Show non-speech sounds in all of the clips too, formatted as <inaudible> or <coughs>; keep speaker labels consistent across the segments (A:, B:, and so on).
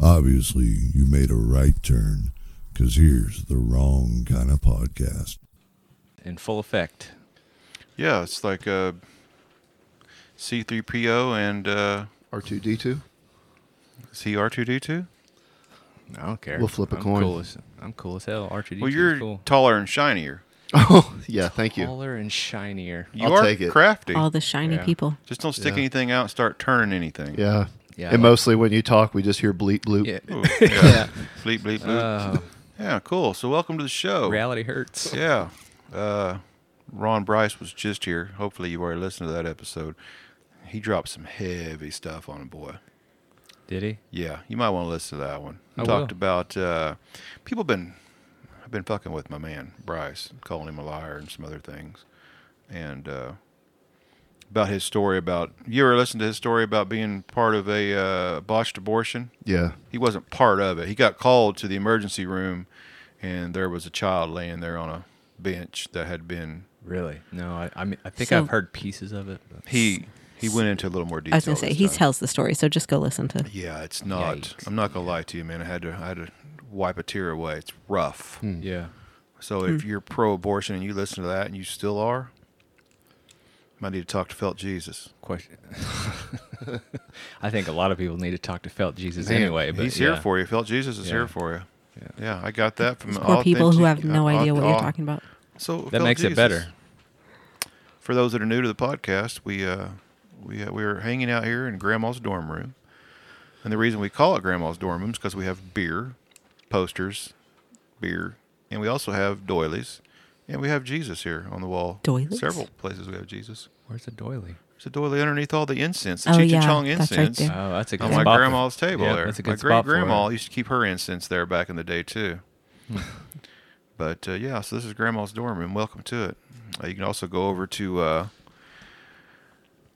A: obviously you made a right turn because here's the wrong kind of podcast.
B: in full effect.
C: Yeah, it's like uh, C3PO and uh,
D: R2D2.
C: CR2D2.
B: I don't care.
D: We'll flip a
B: I'm
D: coin.
B: Cool as, I'm cool as hell. R2D2
C: Well,
B: is
C: you're
B: cool.
C: taller and shinier.
D: <laughs> Oh, yeah, thank you.
B: taller and shinier.
C: You
D: I'll
C: are
D: take it.
C: crafty.
E: All the shiny
B: Yeah.
E: people.
C: Just don't stick
D: Yeah.
C: anything out and start turning anything.
D: Yeah.
B: Yeah.
D: And mostly when you talk, we just hear bleep bloop.
B: Yeah.
D: <laughs>
C: Ooh, yeah. bleep, bleep, bleep.
B: Oh,
C: yeah, cool. So welcome to the show.
B: reality hurts.
C: Yeah. Uh, Ron Bryce was just here. Hopefully you already listened to that episode. He dropped some heavy stuff on a boy.
B: Did he?
C: Yeah, you might want to listen to that one.
B: I
C: talked
B: will.
C: about uh, people been have been fucking with my man Bryce, calling him a liar and some other things, and uh, about his story about you ever listened to his story about being part of a uh, botched abortion.
D: Yeah.
C: He wasn't part of it. He got called to the emergency room, and there was a child laying there on a bench that had been
B: Really? No, I I, mean, I think
E: So-
B: I've heard pieces of it. but-
C: he. He went into a little more detail.
E: I was gonna say
C: this
E: he
C: time.
E: tells the story, so just go listen to.
C: Yeah, it's not.
B: Yikes.
C: I'm not gonna lie to you, man. I had to. I had to wipe a tear away. It's rough.
B: Yeah.
C: So if
E: Hmm.
C: you're pro-abortion and you listen to that and you still are, might need to talk to Felt Jesus.
B: Question. <laughs> I think a lot of people need to talk to Felt Jesus
D: Man,
B: anyway. But
C: He's
B: yeah.
C: here for you. Felt Jesus is
B: Yeah.
C: here for you.
B: Yeah.
C: Yeah. I got that from
E: Poor people who have
C: authentic-
E: no
C: au-
E: idea what you're
C: au-
E: talking about.
C: So
B: That
C: Felt
B: makes it
C: Jesus.
B: better.
C: For those that are new to the podcast, we uh, we uh, we were hanging out here in Grandma's dorm room, and the reason we call it Grandma's dorm room is because we have beer, posters, beer, and we also have doilies, and we have Jesus here on the wall.
E: Doilies?
C: Several places we have Jesus.
B: Where's the doily?
C: There's a doily underneath all the incense, the
E: Oh,
C: Cheech
E: yeah,
C: and Chong
E: that's right
C: incense.
E: there.
B: Oh, that's a good
C: on
B: spot.
C: my
B: for-
C: grandma's table
B: Yeah,
C: there.
B: That's a
C: my
B: good
C: great
B: spot for it.
C: grandma used to keep her incense there back in the
B: <laughs>
C: day too. but uh, yeah, so this is grandma's dorm room. Welcome to it. Uh, you can also go over to uh,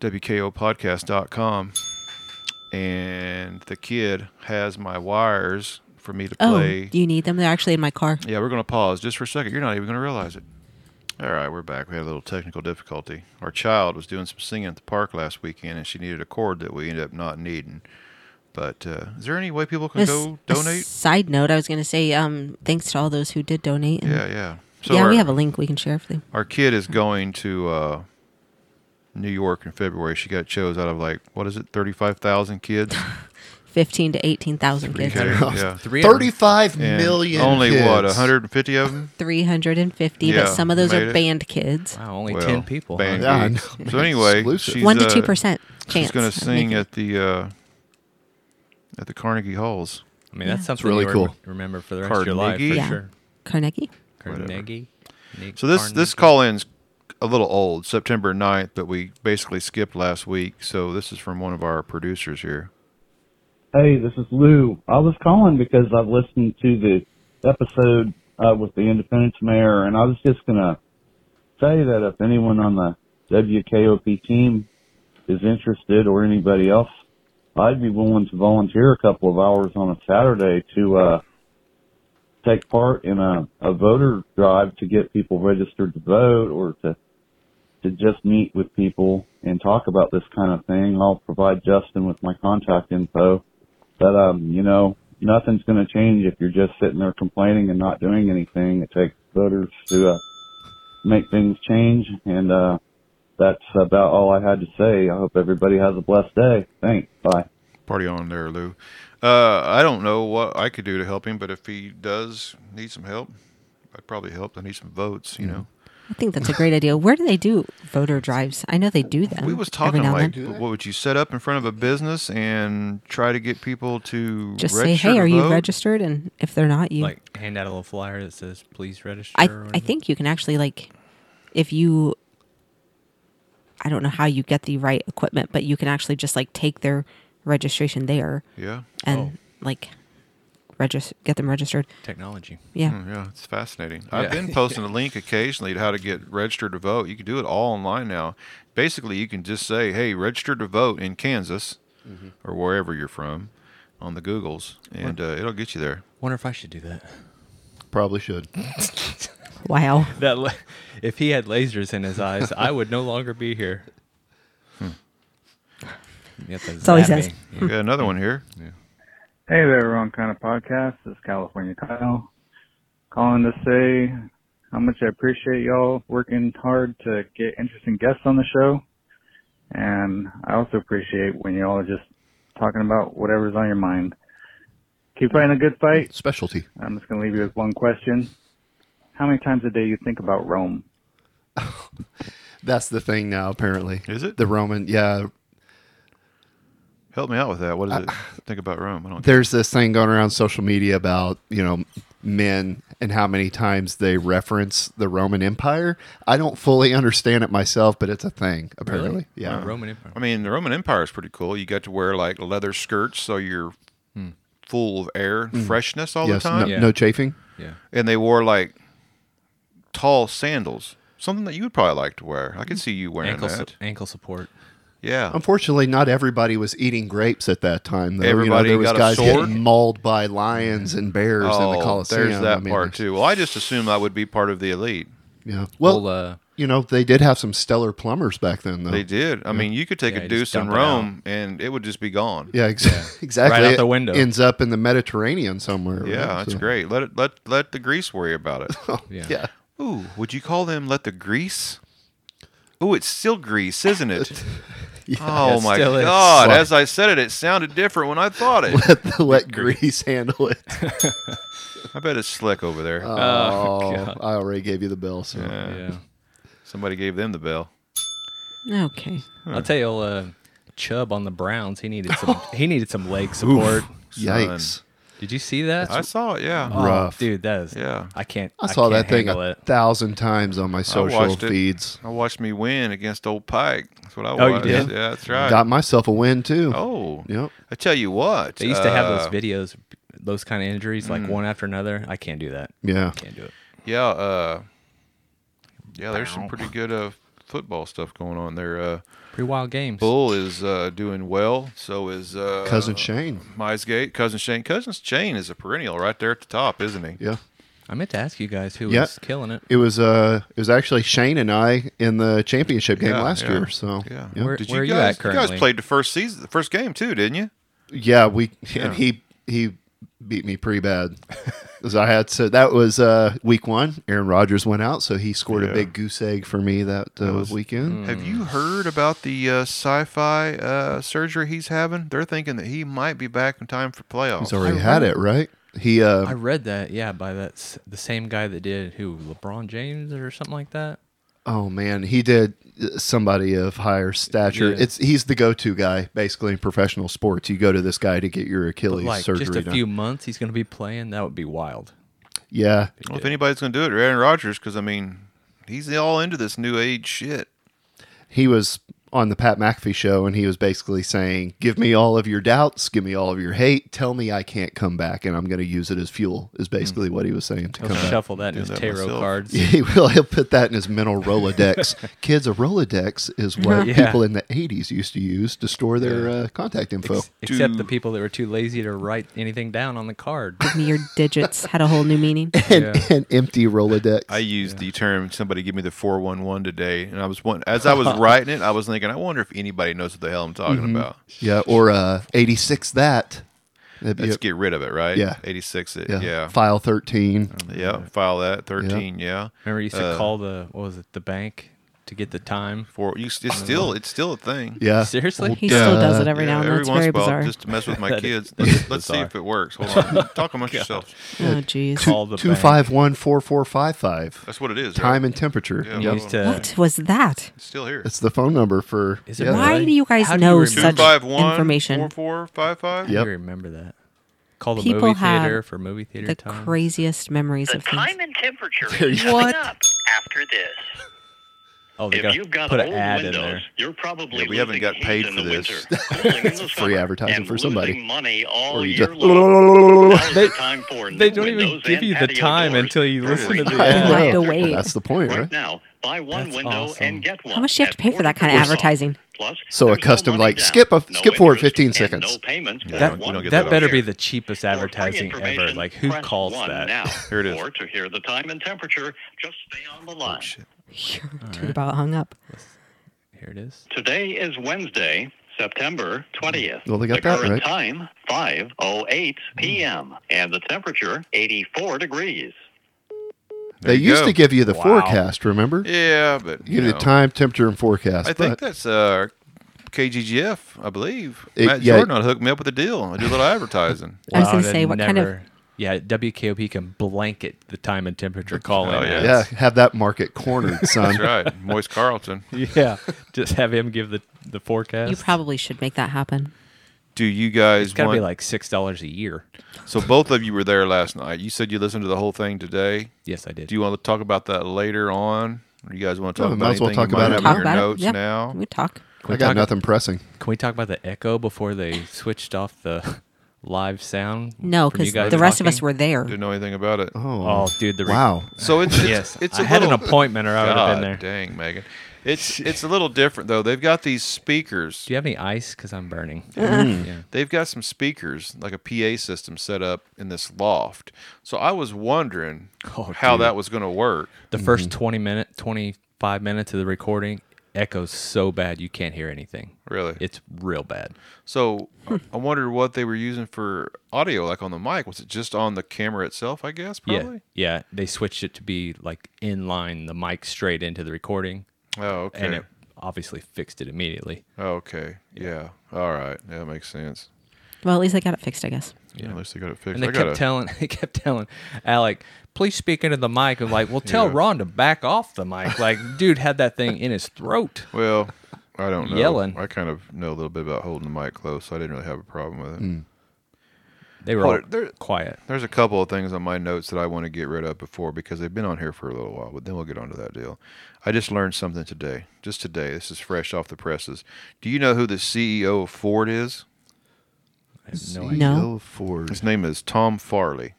C: wkopodcast.com, and the kid has my wires for me to
E: Oh,
C: play.
E: do you need them? They're actually in my car.
C: Yeah, we're going to pause just for a second. You're not even going to realize it. All right, we're back. We had a little technical difficulty. Our child was doing some singing at the park last weekend, and she needed a chord that we ended up not needing. But uh, is there any way people can
E: As-
C: go
E: as
C: donate?
E: side note, I was gonna say um, thanks to all those who did donate. and-
C: Yeah, yeah.
E: yeah,
C: our,
E: we have a link we can share for them.
C: our kid is going to uh, New York in February. She got chose out of like what is it, thirty five thousand
E: <laughs>
C: kids?
E: Fifteen to eighteen thousand kids.
C: Okay, yeah.
B: Three of them.
D: Thirty-five million.
C: And only what,
D: kids.
C: hundred and fifty of them?
E: Three hundred and fifty,
C: Yeah,
E: but some of those
C: made
E: are
C: it.
E: band kids.
B: Wow, only
C: Well,
B: ten people. huh?
C: band
D: Yeah, I
C: geeks.
D: know.
C: So anyway,
D: Exclusive.
C: she's,
E: One to
C: uh,
E: two percent chance.
C: She's going
E: of
C: to sing
E: making it.
C: at the uh, at the Carnegie Halls.
B: I mean, that's something
D: really
B: you
D: cool.
B: remember for the rest of your life for
C: Carnegie?
E: Yeah.
B: sure.
E: Carnegie.
C: Whatever.
B: Carnegie. Nick
C: So this this
B: Carnegie.
C: call in's a little old, September 9th, but we basically skipped last week. So this is from one of our producers here.
F: Hey, this is Lou. I was calling because I've listened to the episode uh, with the Independence Mayor, and I was just gonna say that if anyone on the WKOP team is interested, or anybody else, I'd be willing to volunteer a couple of hours on a Saturday to uh, take part in a, a voter drive to get people registered to vote, or to to just meet with people and talk about this kind of thing. I'll provide Justin with my contact info. But um, you know, nothing's going to change if you're just sitting there complaining and not doing anything. It takes voters to uh, make things change, and uh, that's about all I had to say. I hope everybody has a blessed day. Thanks. Bye.
C: Party on there, Lou. Uh, I don't know what I could do to help him, but if he does need some help, I'd probably help. I need some votes, you know.
E: I think that's a great idea. Where do they do voter drives? I know they do them.
C: We was
E: Um, every
C: talking
E: now and
C: like,
E: then.
C: what would you set up in front of a business and try to get people to
E: just say,
C: register
E: "Hey,
C: to
E: are you
C: vote?"
E: registered?" And if they're not, you
B: like hand out a little flyer that says please register.
E: I
B: or
E: I
B: whatever?
E: think you can actually like if you I don't know how you get the right equipment, but you can actually just like take their registration there
C: Yeah,
E: and
C: Oh.
E: like register get them registered.
B: technology.
E: Yeah.
C: Mm, Yeah, it's fascinating.
B: Yeah.
C: I've
D: <laughs>
C: been posting a link occasionally to how to get registered to vote. You can do it all online now. Basically, you can just say, "Hey, register to vote in Kansas
D: Mm-hmm.
C: or wherever you're from," on the Googles, and uh, it'll get you
D: <laughs>
C: there.
B: Wonder if I should do that.
D: Probably should.
E: Wow.
B: That la- if he had lasers in his eyes, I would no longer be here. You have to
E: all he
B: zap
E: says.
B: Hmm. me.
C: We got another one here.
G: Hey there, wrong kind of podcast. This is California Kyle calling to say how much I appreciate y'all working hard to get interesting guests on the show. And I also appreciate when y'all are just talking about whatever's on your mind. Keep fighting a good fight.
D: Specialty.
G: I'm just going to leave you with one question. How many times a day you think about Rome?
D: That's the thing now, apparently.
C: Is it?
D: The Roman, yeah.
C: Help me out with that. What does it think about Rome? I don't.
D: There's this thing going around social media about, you know, men and how many times they reference the Roman Empire. I don't fully understand it myself, but it's a thing, apparently. Yeah.
B: Roman Empire.
C: I mean, the Roman Empire is pretty cool. You got to wear like leather skirts, so you're full of air, freshness all
D: Hmm. yes.
C: the
D: No,
C: time.
B: Yeah.
D: no chafing.
B: Yeah.
C: And they wore like tall sandals, something that you would probably like to wear. I could
D: Hmm.
C: see you wearing
B: Ankle,
C: that.
B: su- ankle support.
C: yeah.
D: Unfortunately, not everybody was eating grapes at that time. Though. You know,
C: Everybody
D: there was
C: got a
D: guys
C: sword?
D: getting mauled by lions and bears in the Colosseum.
C: Oh, there's that
D: I mean,
C: part too. Well, I just assumed I would be part of the elite.
D: Yeah. Well,
B: Well, uh,
D: you know, they did have some stellar plumbers back then, though.
C: They did. I mean, you could take
B: Yeah,
C: a
B: just
C: deuce in
B: dump it out.
C: Rome, and it would just be gone.
D: Yeah, ex- <laughs> exactly.
B: Right out
D: It
B: the window.
D: Ends up in the Mediterranean somewhere.
C: Yeah,
D: right?
C: that's
D: So-
C: great. Let it let let the Greece worry about
D: <laughs>
C: it.
B: yeah.
D: Yeah.
C: Ooh, would you call them let the Greece? Ooh, it's still Greece, isn't
D: <laughs>
C: it? oh
B: It
C: my
B: still is.
C: God!
D: Sorry.
C: As I said it, it sounded different when I thought
D: <laughs>
B: <laughs>
C: it.
D: <laughs> Let Greece handle it.
C: I bet it's slick over there. <laughs>
D: Oh, I already gave you the bill. So
C: Yeah.
B: Yeah.
C: Somebody gave them the bell.
E: Okay.
B: I'll tell you, uh, Chubb on the Browns. He needed
D: <laughs>
B: some. he needed some leg support.
D: yikes!
B: Did you see that?
C: I saw it. Yeah.
B: Oh,
D: rough.
B: dude. That is.
C: Yeah.
B: I can't.
D: I saw
B: can't
D: that thing
B: handle
D: a
B: it.
D: thousand times on my social
C: watched it.
D: feeds.
C: I watched me win against old Pike. That's what I watched.
B: Oh, you did?
C: Yeah, that's right.
D: Got myself a win too.
C: Oh,
D: Yep.
C: I tell you what.
B: They used to have
C: uh, mm-hmm.
B: those videos, those kind of injuries, like one after another. I can't do that.
D: Yeah.
B: Can't do it.
C: Yeah, uh, yeah. There's some pretty good uh, football stuff going on there. Uh,
B: Pretty wild games.
C: Bull is uh, doing well. So is uh,
D: Cousin Shane.
C: Misegate. Cousin Shane. Cousin Shane is a perennial right there at the top, isn't he?
D: Yeah.
B: I meant to ask you guys who
D: Yeah.
B: was killing it.
D: It was uh it was actually Shane and I in the championship game
C: Yeah,
D: last
C: yeah.
D: year. So
C: Yeah.
D: yeah.
B: Where-
C: Did
B: are
C: you
B: you
C: guys?
B: at
C: you guys
B: currently?
C: played the first season, the first game too, didn't you?
D: Yeah, we and he he beat me pretty bad. <laughs> 'Cause I had so that was uh week one. Aaron Rodgers went out, so he scored
C: Yeah. mm.
D: a big goose egg for me that, uh, weekend.
C: Have
B: Hmm.
C: you heard about the uh, sci-fi uh, surgery he's having? They're thinking that he might be back in time for playoffs.
D: He's already had it, right? He uh
B: I read that, yeah, by that s- the same guy that did who LeBron James or something like that.
D: oh man, he did uh, somebody of higher stature.
B: Yeah.
D: It's he's the go to guy basically in professional sports. You go to this guy to get your Achilles
B: like
D: surgery
B: just a
D: done.
B: few months, he's going to be playing. That would be wild.
D: Yeah.
C: Well, if anybody's going to do it, Aaron Rodgers, because I mean, he's all into this new age shit.
D: He was on the Pat McAfee show and he was basically saying, Give me all of your doubts, give me all of your hate, tell me I can't come back and I'm gonna use it as fuel is basically what he was saying to
B: He'll
D: come <laughs> back.
B: shuffle that in his
C: that
B: tarot
C: myself.
B: cards.
D: Yeah, he will. He'll put that in his mental Rolodex. Kids, a Rolodex is what
B: Yeah.
D: people in the 80s used to use to store their uh, contact info. <laughs>
B: Ex- except the people that were too lazy to write anything down on the card.
E: Give me your digits had a whole new
C: <laughs>
E: meaning.
D: an, an empty Rolodex.
C: I used the term "somebody give me the 411 today," and I was one as
D: <laughs>
C: I was writing it, I was thinking, I wonder if anybody knows what the hell I'm talking
D: Mm-hmm.
C: about.
D: yeah, or uh, 86 that. That'd be
C: Let's
D: a-
C: get rid of it, right?
D: Yeah.
C: 86. It,
D: yeah.
C: yeah, Um, yeah.
D: File 13.
C: File that 13. Yeah,
B: Remember, you used
C: Uh.
B: to call the what was it, the bank to get the time.
C: four. You, it's still it's still a thing.
D: Yeah.
B: Seriously,
E: He still
D: Duh.
E: does it every
C: Yeah,
E: now and then.
C: every
E: It's
C: once
E: very
C: in a while,
E: bizarre.
C: just to mess with
D: <laughs>
C: my
B: That
C: kids.
B: is-
C: Let's, let's see
B: bizarre.
C: if it works. Hold on, talk amongst yourselves.
E: Oh, jeez.
B: call the bank.
D: 2514455.
C: That's what it is. right?
D: Time and temperature.
C: Yeah.
B: And
C: Yep.
B: you used to-
E: What was that?
C: It's still here.
D: It's the phone number for.
B: Is it
D: yeah.
E: Why
B: really?
E: do you guys
B: How do
E: know
B: you
E: such
B: remember-
C: 251
E: information?
C: 4455.
B: I
D: Yep.
B: remember that. Call the
E: People
B: movie theater
E: have
B: for movie theater
E: The
B: time.
E: craziest memories
H: The
E: of things.
H: time and temperature
D: There
H: is
D: you
H: coming
E: go.
H: up after this.
B: oh, they
H: if
B: gotta
H: you've got
B: put an
H: old
B: ad in
H: windows,
B: there.
H: you're probably
C: Yeah, we haven't
H: losing
C: got
H: heat
C: paid
H: in
C: for
H: the
C: this.
H: <laughs> winter, cooling in
D: free
H: the summer,
D: advertising
H: and
D: for somebody.
H: losing money all
D: Or you <laughs>
H: year
D: just-
H: long. <laughs> Now's
B: They-
H: the time for
B: They
H: new
B: don't even
H: windows
B: give
H: and
B: you the
H: patio
B: time
H: doors.
B: until you
H: Hurry.
B: listen to the
D: I
E: Yeah.
D: know.
E: Have
B: ad.
E: to wait.
D: That's the point,
H: Right
D: right?
H: now, buy one
B: That's
H: window
B: awesome.
H: and get one.
E: How much do you have
H: at
E: to pay for that kind of
H: 40% off.
E: advertising?
H: Plus,
D: So a
H: there's no
D: custom,
H: money
D: like,
H: down,
D: skip a-
H: no
D: skip forward
H: interest,
D: 15
H: and
D: seconds.
H: No payments for
B: That,
C: we don't
H: one
C: get
B: that
C: that
B: better
C: out
B: be
C: here.
B: the cheapest
H: For free
B: advertising ever.
H: information,
B: Like, who
H: press
B: calls
H: one
B: that? <laughs>
H: Now.
C: Here it is.
H: Or to hear the time and temperature, just stay on the line.
E: <laughs> Dude, about hung up.
B: Here it is.
H: Today is Wednesday, September 20th.
D: Well, they got
H: the
D: that
H: current
D: right.
H: time, 5.08 p.m. And the temperature, 84 degrees.
C: There
D: they
C: you
D: used
C: go.
D: to give you the
B: Wow.
D: forecast, remember?
C: Yeah, but
D: You
C: know,
D: did time, temperature, and forecast.
C: I think
D: but
C: that's uh, KGGF, I believe.
D: It-
C: Matt
D: yeah.
C: Jordan hooked me up with a deal. I do a little advertising.
E: I was gonna
B: to
E: say, what kind of-
B: Yeah, WKOP can blanket the time and temperature calling.
C: Oh, yeah.
D: yeah, have that market cornered, son.
C: That's right, Moist Carlton.
B: yeah. <laughs> Yeah. Just have him give the, the forecast.
E: You probably should make that happen.
C: Do you guys
B: it's got to
C: want?
B: be like $6 a year.
C: so both of you were there last night. You said you listened to the whole thing today.
B: Yes, I did.
C: Do you want to talk about that later on? Or you guys want to
D: No,
C: talk
D: we
C: about
D: might as well
C: anything
D: talk
C: you might
D: about it.
C: have
D: Talk
C: in your notes
E: Yeah,
C: now?
E: We talk.
B: Can
D: I
B: we
D: got
B: talk-
D: nothing pressing.
B: Can we talk about the echo before they switched off the <laughs> live sound?
E: No,
B: from you
E: because
B: guys
E: the rest of us
B: talking?
E: were there.
C: Didn't know anything about it.
D: Oh,
B: Oh, dude, the re-
D: wow.
C: So it's, it's
B: yes,
C: it's
B: I
C: a
B: had an
C: little-
B: appointment, or I would have been there.
C: God Dang, Megan. It's it's a little different though. They've got these speakers.
B: Do you have any ice? Because I'm burning. Yeah.
C: They've got some speakers, like a PA system set up in this loft. So I was wondering
B: <laughs> Oh,
C: how
B: dude.
C: that was going to work.
B: The first 20 minute, 25 minutes of the recording echoes so bad you can't hear anything.
C: Really?
B: It's real bad.
C: so I- I wondered what they were using for audio, like on the mic. Was it just on the camera itself? I guess probably.
B: Yeah. Yeah. They switched it to be like in line, the mic straight into the recording,
C: Oh, okay.
B: and it obviously fixed it immediately.
C: Oh, okay. Yeah. All right. Yeah, that makes sense.
E: Well, at least I got it fixed, I guess.
C: Yeah. At least they got it fixed.
B: And they
C: I
B: kept
C: gotta-
B: telling, <laughs> they kept telling Alec, please speak into the mic. And like,
C: <laughs>
B: well, tell Ron to back off the mic. Like, dude had that thing in his throat.
C: Well, I don't
B: <laughs>
C: know.
B: Yelling.
C: I kind of know a little bit about holding the mic close, so I didn't really have a problem with
B: Hmm.
C: it.
B: They were
C: Oh,
B: all
C: they're-
B: quiet.
C: There's a couple of things on my notes that I want to get rid of before because they've been on here for a little while, but then we'll get onto that deal. I just learned something today. Just today. This is fresh off the presses. Do you know who the CEO of Ford is?
B: I have no idea.
E: No.
D: CEO Ford.
C: His name is Tom Farley.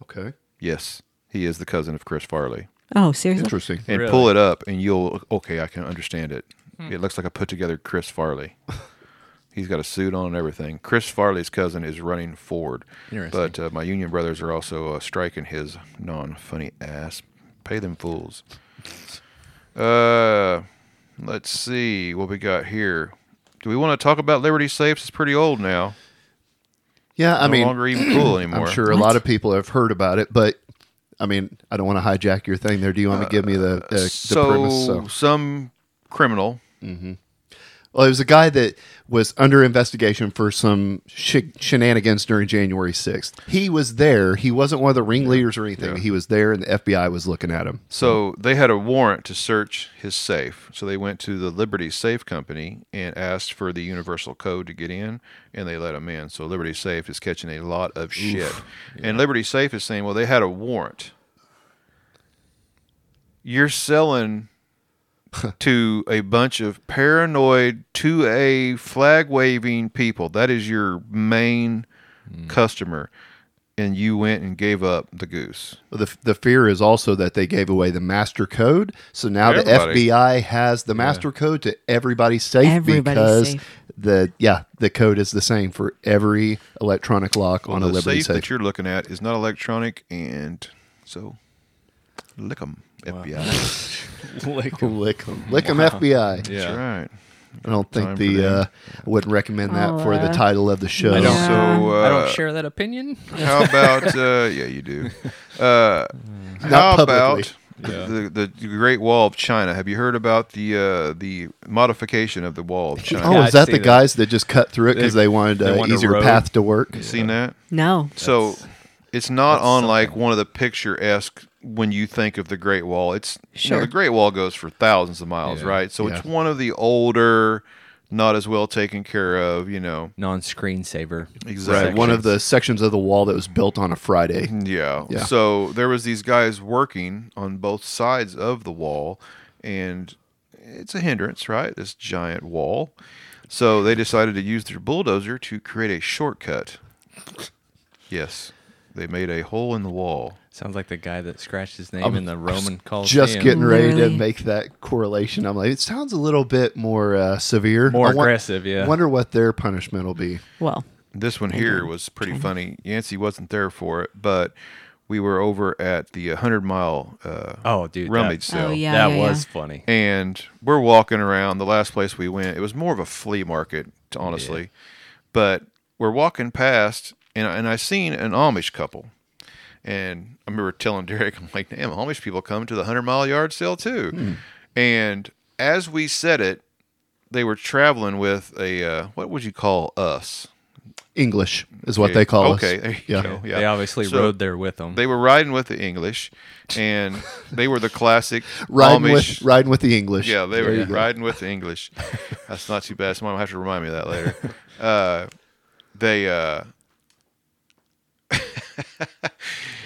D: Okay.
C: Yes, he is the cousin of Chris Farley.
E: Oh, seriously?
D: Interesting.
C: And
B: Really?
C: pull it up and you'll okay, I can understand it.
D: Hmm.
C: It looks like a put together Chris Farley. He's got a suit on and everything. Chris Farley's cousin is running Ford.
B: Interesting.
C: But uh, my union brothers are also uh, striking his non funny ass. Pay them fools. Uh, let's see what we got here. Do we want to talk about Liberty Safes? It's pretty old now.
D: Yeah, I
C: no
D: mean,
C: longer even cool anymore.
D: I'm sure a lot of people have heard about it, but I mean, I don't want to hijack your thing there. Do you want to give me the, the, the
C: so,
D: premise? So,
C: some criminal.
D: well, it was a guy that was under investigation for some sh- shenanigans during January 6th. He was there. He wasn't one of the ringleaders or anything. He was there, and the FBI was looking at him.
C: So they had a warrant to search his safe. So they went to the Liberty Safe Company and asked for the universal code to get in, and they let him in. So Liberty Safe is catching a lot of shit. And Liberty Safe is saying, well, they had a warrant. You're selling to a bunch of paranoid 2A flag waving people. That is your main customer. And you went and gave up the goose.
D: The, the fear is also that they gave away the master code. So now
C: Everybody.
D: the FBI has the master code to everybody's safe
E: Everybody's
D: because
E: safe.
D: the yeah, the code is the same for every electronic lock on a
C: the
D: Liberty
C: safe,
D: safe.
C: that you're looking at is not electronic, and so lick 'em,
B: <laughs>
C: FBI.
D: <laughs> Lick 'em. Lick 'em, FBI.
C: That's right.
D: I don't
C: Time
D: think
C: for
D: the
C: them.
D: uh, I wouldn't recommend that
E: Oh,
D: for the
E: uh,
D: title of the show.
B: I don't-
C: So uh,
B: I don't share that opinion.
C: how
B: <laughs>
C: about uh, yeah, you do. Uh, how
D: Not publicly.
C: about the, the Great Wall of China? Have you heard about the uh, the modification of the Wall
D: <laughs>
C: of China?
D: Oh,
B: Yeah,
D: is
B: I'd
D: that
B: see
D: the
B: that.
D: guys that just cut through it because
B: They-
D: they wanted
B: they
D: an
B: wanted a
D: easier
B: road.
D: path to work?
C: You seen that?
E: No.
C: So it's not
B: that's
C: on like one of the picture esque when you think of the Great Wall. It's you know,
E: Sure.
C: the Great Wall goes for thousands of miles,
B: Yeah.
C: right? So it's
D: Yeah.
C: one of the older, not as well taken care of, you know.
B: Non screensaver.
C: <laughs>
D: Right, one of the sections of the wall that was built on a Friday.
B: Mm,
C: Yeah.
D: Yeah.
C: So there was these guys working on both sides of the wall and it's a hindrance, right? This giant wall. So they decided to use their bulldozer to create a shortcut. Yes. They made a hole in the wall.
B: Sounds like the guy that scratched his name in the Roman Coliseum.
D: Just getting ready to
E: Literally.
D: make that correlation. I'm like, it sounds a little bit more uh, severe,
B: More
D: I won-
B: aggressive, yeah.
D: Wonder what their punishment will be.
E: Well,
C: This one here was pretty funny. Yancey wasn't there for it, but we were over at the 100 mile uh,
B: Oh, dude. that-
C: rummage
E: oh,
C: sale.
E: yeah.
B: that
E: yeah,
B: was
E: yeah.
B: funny.
C: And we're walking around. The last place we went, it was more of a flea market past, honestly. But we're walking past, and and I seen an Amish couple, and I remember telling <laughs> Derek, I'm like, damn, Amish people come to the hundred mile yard sale too.
D: Hmm.
C: And as we said it, they were traveling with a uh, what would you call us?
D: English is what they call us.
C: okay, there you
D: yeah.
C: go. Yeah,
B: They obviously
C: So-
B: rode there with them.
C: they were riding with the English, and they were the classic
D: <laughs> Riding
C: Amish.
D: with riding with the English.
C: yeah,
D: <laughs>
C: they
D: There
C: were
D: you go.
C: riding with the
D: <laughs>
C: English. That's not too bad. Someone will have to remind me of that later. Uh, they uh,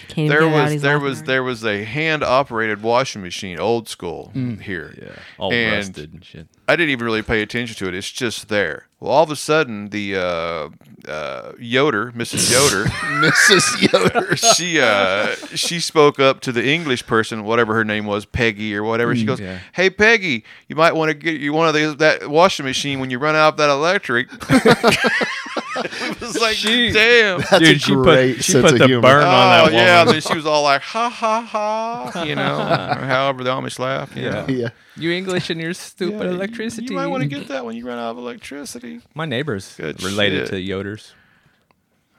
E: Can't even
C: there
E: get it out,
C: was
E: he's
C: there
E: laughing
C: was
E: already.
C: there was a hand operated washing machine, old school
D: Mm.
C: here. Yeah,
B: Uh, all
C: and
B: rusted and shit.
C: I didn't even really pay attention to it. It's just there. Well, all of a sudden, the uh, uh, Yoder, Mrs. Yoder.
D: Mrs. Yoder.
C: she uh she spoke up to the English person, whatever her name was, Peggy or whatever. She goes,
B: Mm, yeah.
C: "Hey Peggy, you might want to get you one of these that washing machine when you run out of that electric." <laughs> it was like,
B: She- <laughs>
C: damn.
D: That's
B: Dude,
D: a
B: she
D: great
B: put, she
D: sense
B: put
D: of
B: the
D: humor.
B: burn
C: Oh
B: on that
C: yeah,
B: woman.
C: then she was all like, "Ha ha ha,"
B: <laughs>
C: you know, or however the Amish laugh. You know?
D: Yeah.
B: You English and your
C: <laughs> Yeah,
B: stupid
C: you-
B: electricity.
C: You might want to get that when you run out of electricity.
B: My neighbors
C: Good
B: related
C: shit.
B: to Yoders.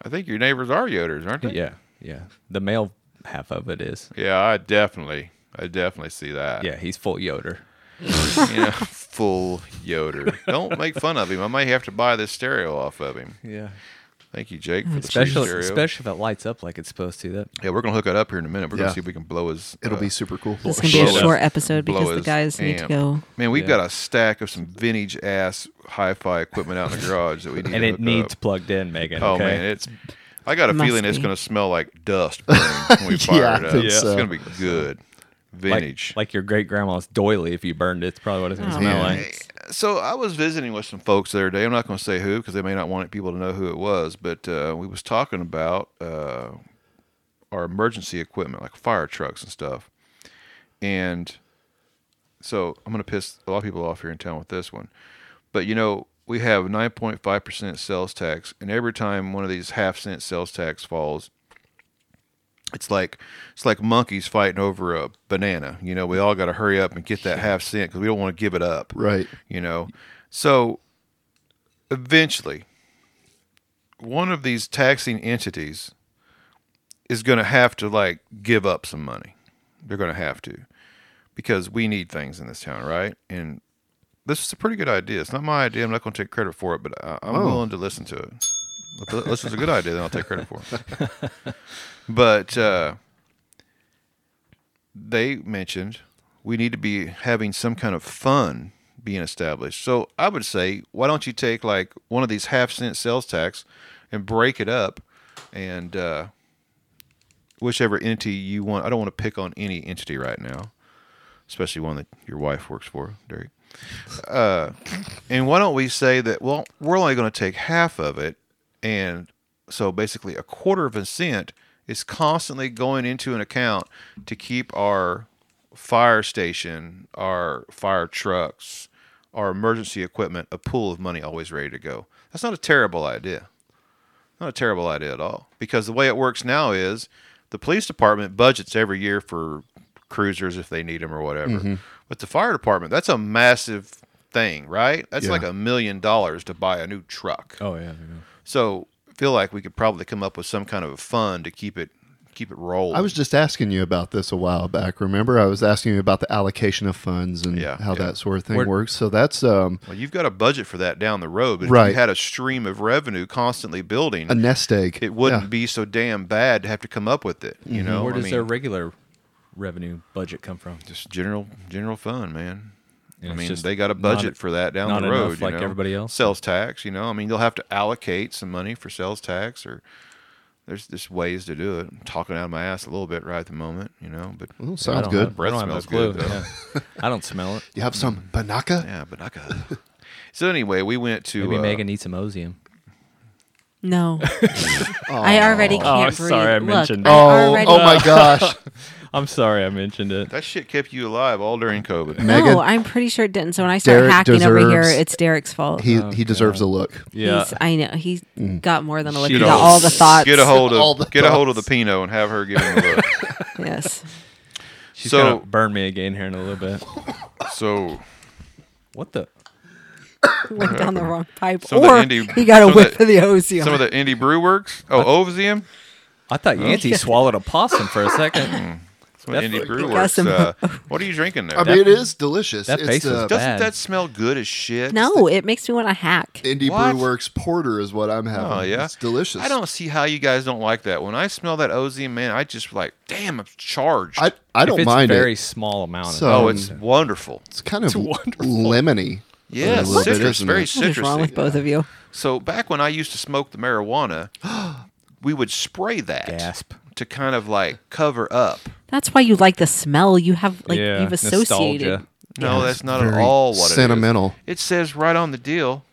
C: I think your neighbors are Yoders, aren't they?
B: Yeah, yeah. The male half of it is.
C: Yeah, I definitely, I definitely see that.
B: Yeah, he's full Yoder.
C: <laughs> you know, full Yoder. Don't make fun of him. I may have to buy this stereo off of him.
B: Yeah.
C: Thank you, Jake, for the free
B: Especially,
C: stereo.
B: especially if it lights up like it's supposed to. That
C: Yeah, we're gonna hook it up here in a minute. We're
D: Yeah.
C: gonna see if we can blow his.
D: It'll
C: uh,
D: be super cool.
E: This is gonna be
C: blow
E: a
C: his-
E: short episode because
C: blow
E: the
C: his
E: guys need to
C: amp.
E: go.
C: Man, we've
B: Yeah.
C: got a stack of some vintage ass hi-fi equipment out
E: <laughs>
C: in the garage that we need.
B: and
C: to
B: it
C: hook
B: needs
C: Up.
B: plugged in, Megan.
C: Oh
B: okay?
C: man, it's. I got a
E: Must
C: feeling it's
E: be.
C: gonna smell like dust burning
D: <laughs>
C: when we fire
D: Yeah, I
C: it up.
D: think
C: It's
D: so.
C: gonna be good.
B: like,
C: Vintage.
B: like your great grandma's doily. If you burned it, it's probably what it's gonna
E: Oh,
B: smell
E: man.
B: like.
C: so I was visiting with some folks the other day. I'm not going to say who because they may not want people to know who it was, but uh, we was talking about uh, our emergency equipment, like fire trucks and stuff. And so I'm going to piss a lot of people off here in town with this one, but you know we have 9.5% sales tax, and every time one of these half cent sales tax falls, it's like it's like monkeys fighting over a banana. You know, we all got to hurry up and get that half cent because we don't want to give it up
D: Right.
C: you know so eventually one of these taxing entities is going to have to like give up some money they're going to have to because we need things in this town right and this is a pretty good idea it's not my idea i'm not going to take credit for it but I, i'm willing to listen to it if this is a good idea then i'll take credit for it <laughs> but uh, they mentioned we need to be having some kind of fund being established. So I would say, why don't you take like one of these half cent sales tax and break it up and uh, whichever entity you want. I don't want to pick on any entity right now, especially one that your wife works for, Derek. Uh, and why don't we say that, well, we're only going to take half of it. And so basically, a quarter of a cent is constantly going into an account to keep our fire station, our fire trucks, our emergency equipment, a pool of money always ready to go. That's not a terrible idea not a terrible idea at all because the way it works now is the police department budgets every year for cruisers if they need them or whatever but the fire department that's a massive thing right that's like a million dollars to buy a new truck
B: Oh yeah.
C: so feel like we could probably come up with some kind of a fund to keep it keep it rolling
D: I was just asking you about this a while back. Remember, I was asking you about the allocation of funds and
C: Yeah,
D: how
C: yeah.
D: that sort of thing
B: We're-
D: works. So that's um,
C: well, you've got a budget for that down the road but if
D: Right.
C: you had a stream of revenue constantly building
D: a nest egg.
C: it wouldn't
D: Yeah.
C: be so damn bad to have to come up with it you know
B: Mm-hmm. Where
C: I
B: does
C: mean,
B: their regular revenue budget come from?
C: just general general fund man
B: And
C: I
B: it's
C: mean,
B: just
C: they got a
B: not- e-
C: budget for that down
B: not
C: the
B: enough
C: road. you
B: like
C: know?
B: everybody else.
C: Sales tax, you know. I mean, they'll have to allocate some money for sales tax, or there's there's ways to do it. I'm talking out of my ass a little bit right at the moment, you know. But
D: Well,
B: I
D: sounds
B: don't
D: good.
B: Have, I
C: Breath
B: don't have no
C: smells good,
B: clue.
C: though.
B: Yeah. <laughs> I don't smell it.
D: You have some banaka.
C: Mm. yeah, but not good. <laughs> so anyway, we went to
B: Maybe
C: uh,
B: Megan needs some osium.
E: No, <laughs> I already can't breathe.
B: sorry I
E: Look,
B: mentioned
E: I
B: it.
D: Oh,
E: already-
D: oh
E: <laughs>
D: my gosh,
B: <laughs> I'm sorry I mentioned it.
C: That shit kept you alive all during
D: <laughs>
C: COVID.
E: No,
D: Megan.
E: I'm pretty sure it didn't. So when I start
D: Derek
E: hacking over here,
D: deserves-
E: it's Derek's fault.
D: he he deserves a look.
B: Yeah.
E: He's, I know he got more than Mm. a look.
B: Shit
E: He
B: on-
E: got all the thoughts.
C: Get a hold
D: All
C: of
D: the
C: get a hold of the
D: thoughts.
C: Pinot and have her give him a
D: <laughs>
C: look.
E: Yes. <laughs>
B: She's
C: So-
B: gonna burn me again here in a little bit.
C: so
B: What the?
E: went down the wrong pipe,
C: Some of the
E: or
C: indie-
E: he got a
C: some of
E: whip
C: the-
E: of the OCR.
C: Some of the indie brew works. Oh, Ovium.
B: I thought Yancy swallowed a possum for a second.
C: Some of the indie brew
E: got
C: works.
E: some-
C: Uh, what are you drinking there?
D: I mean, it is delicious.
B: that
D: it's
B: face was
D: the
B: bad.
C: Doesn't that smell good as shit?
E: no, it makes me want to hack.
D: Indie
C: What?
D: Brew Works Porter is what I'm having.
C: Oh yeah,
D: it's delicious.
C: I don't see how you guys don't like that. When I smell that Ozium, man, I just like, damn, I'm charged.
D: I, I
B: if
D: don't
B: it's
D: mind
B: very
D: it.
B: small amount. of-
D: So-
C: oh,
D: um,
C: it's wonderful.
D: It's kind of lemony.
C: Yeah,
D: a little bit,
C: citrus,
D: isn't
C: very
D: it?
E: What is wrong with
C: citrusy.
E: both of you?
C: So back when I used to smoke the
D: <gasps>
C: marijuana, we would spray that
B: Gasp.
C: to kind of like cover up.
E: That's why you like the smell. You have like
B: Yeah,
E: you've associated.
B: nostalgia.
C: No, that's not at
D: very
C: all what
D: sentimental.
C: it is. It says right on the deal.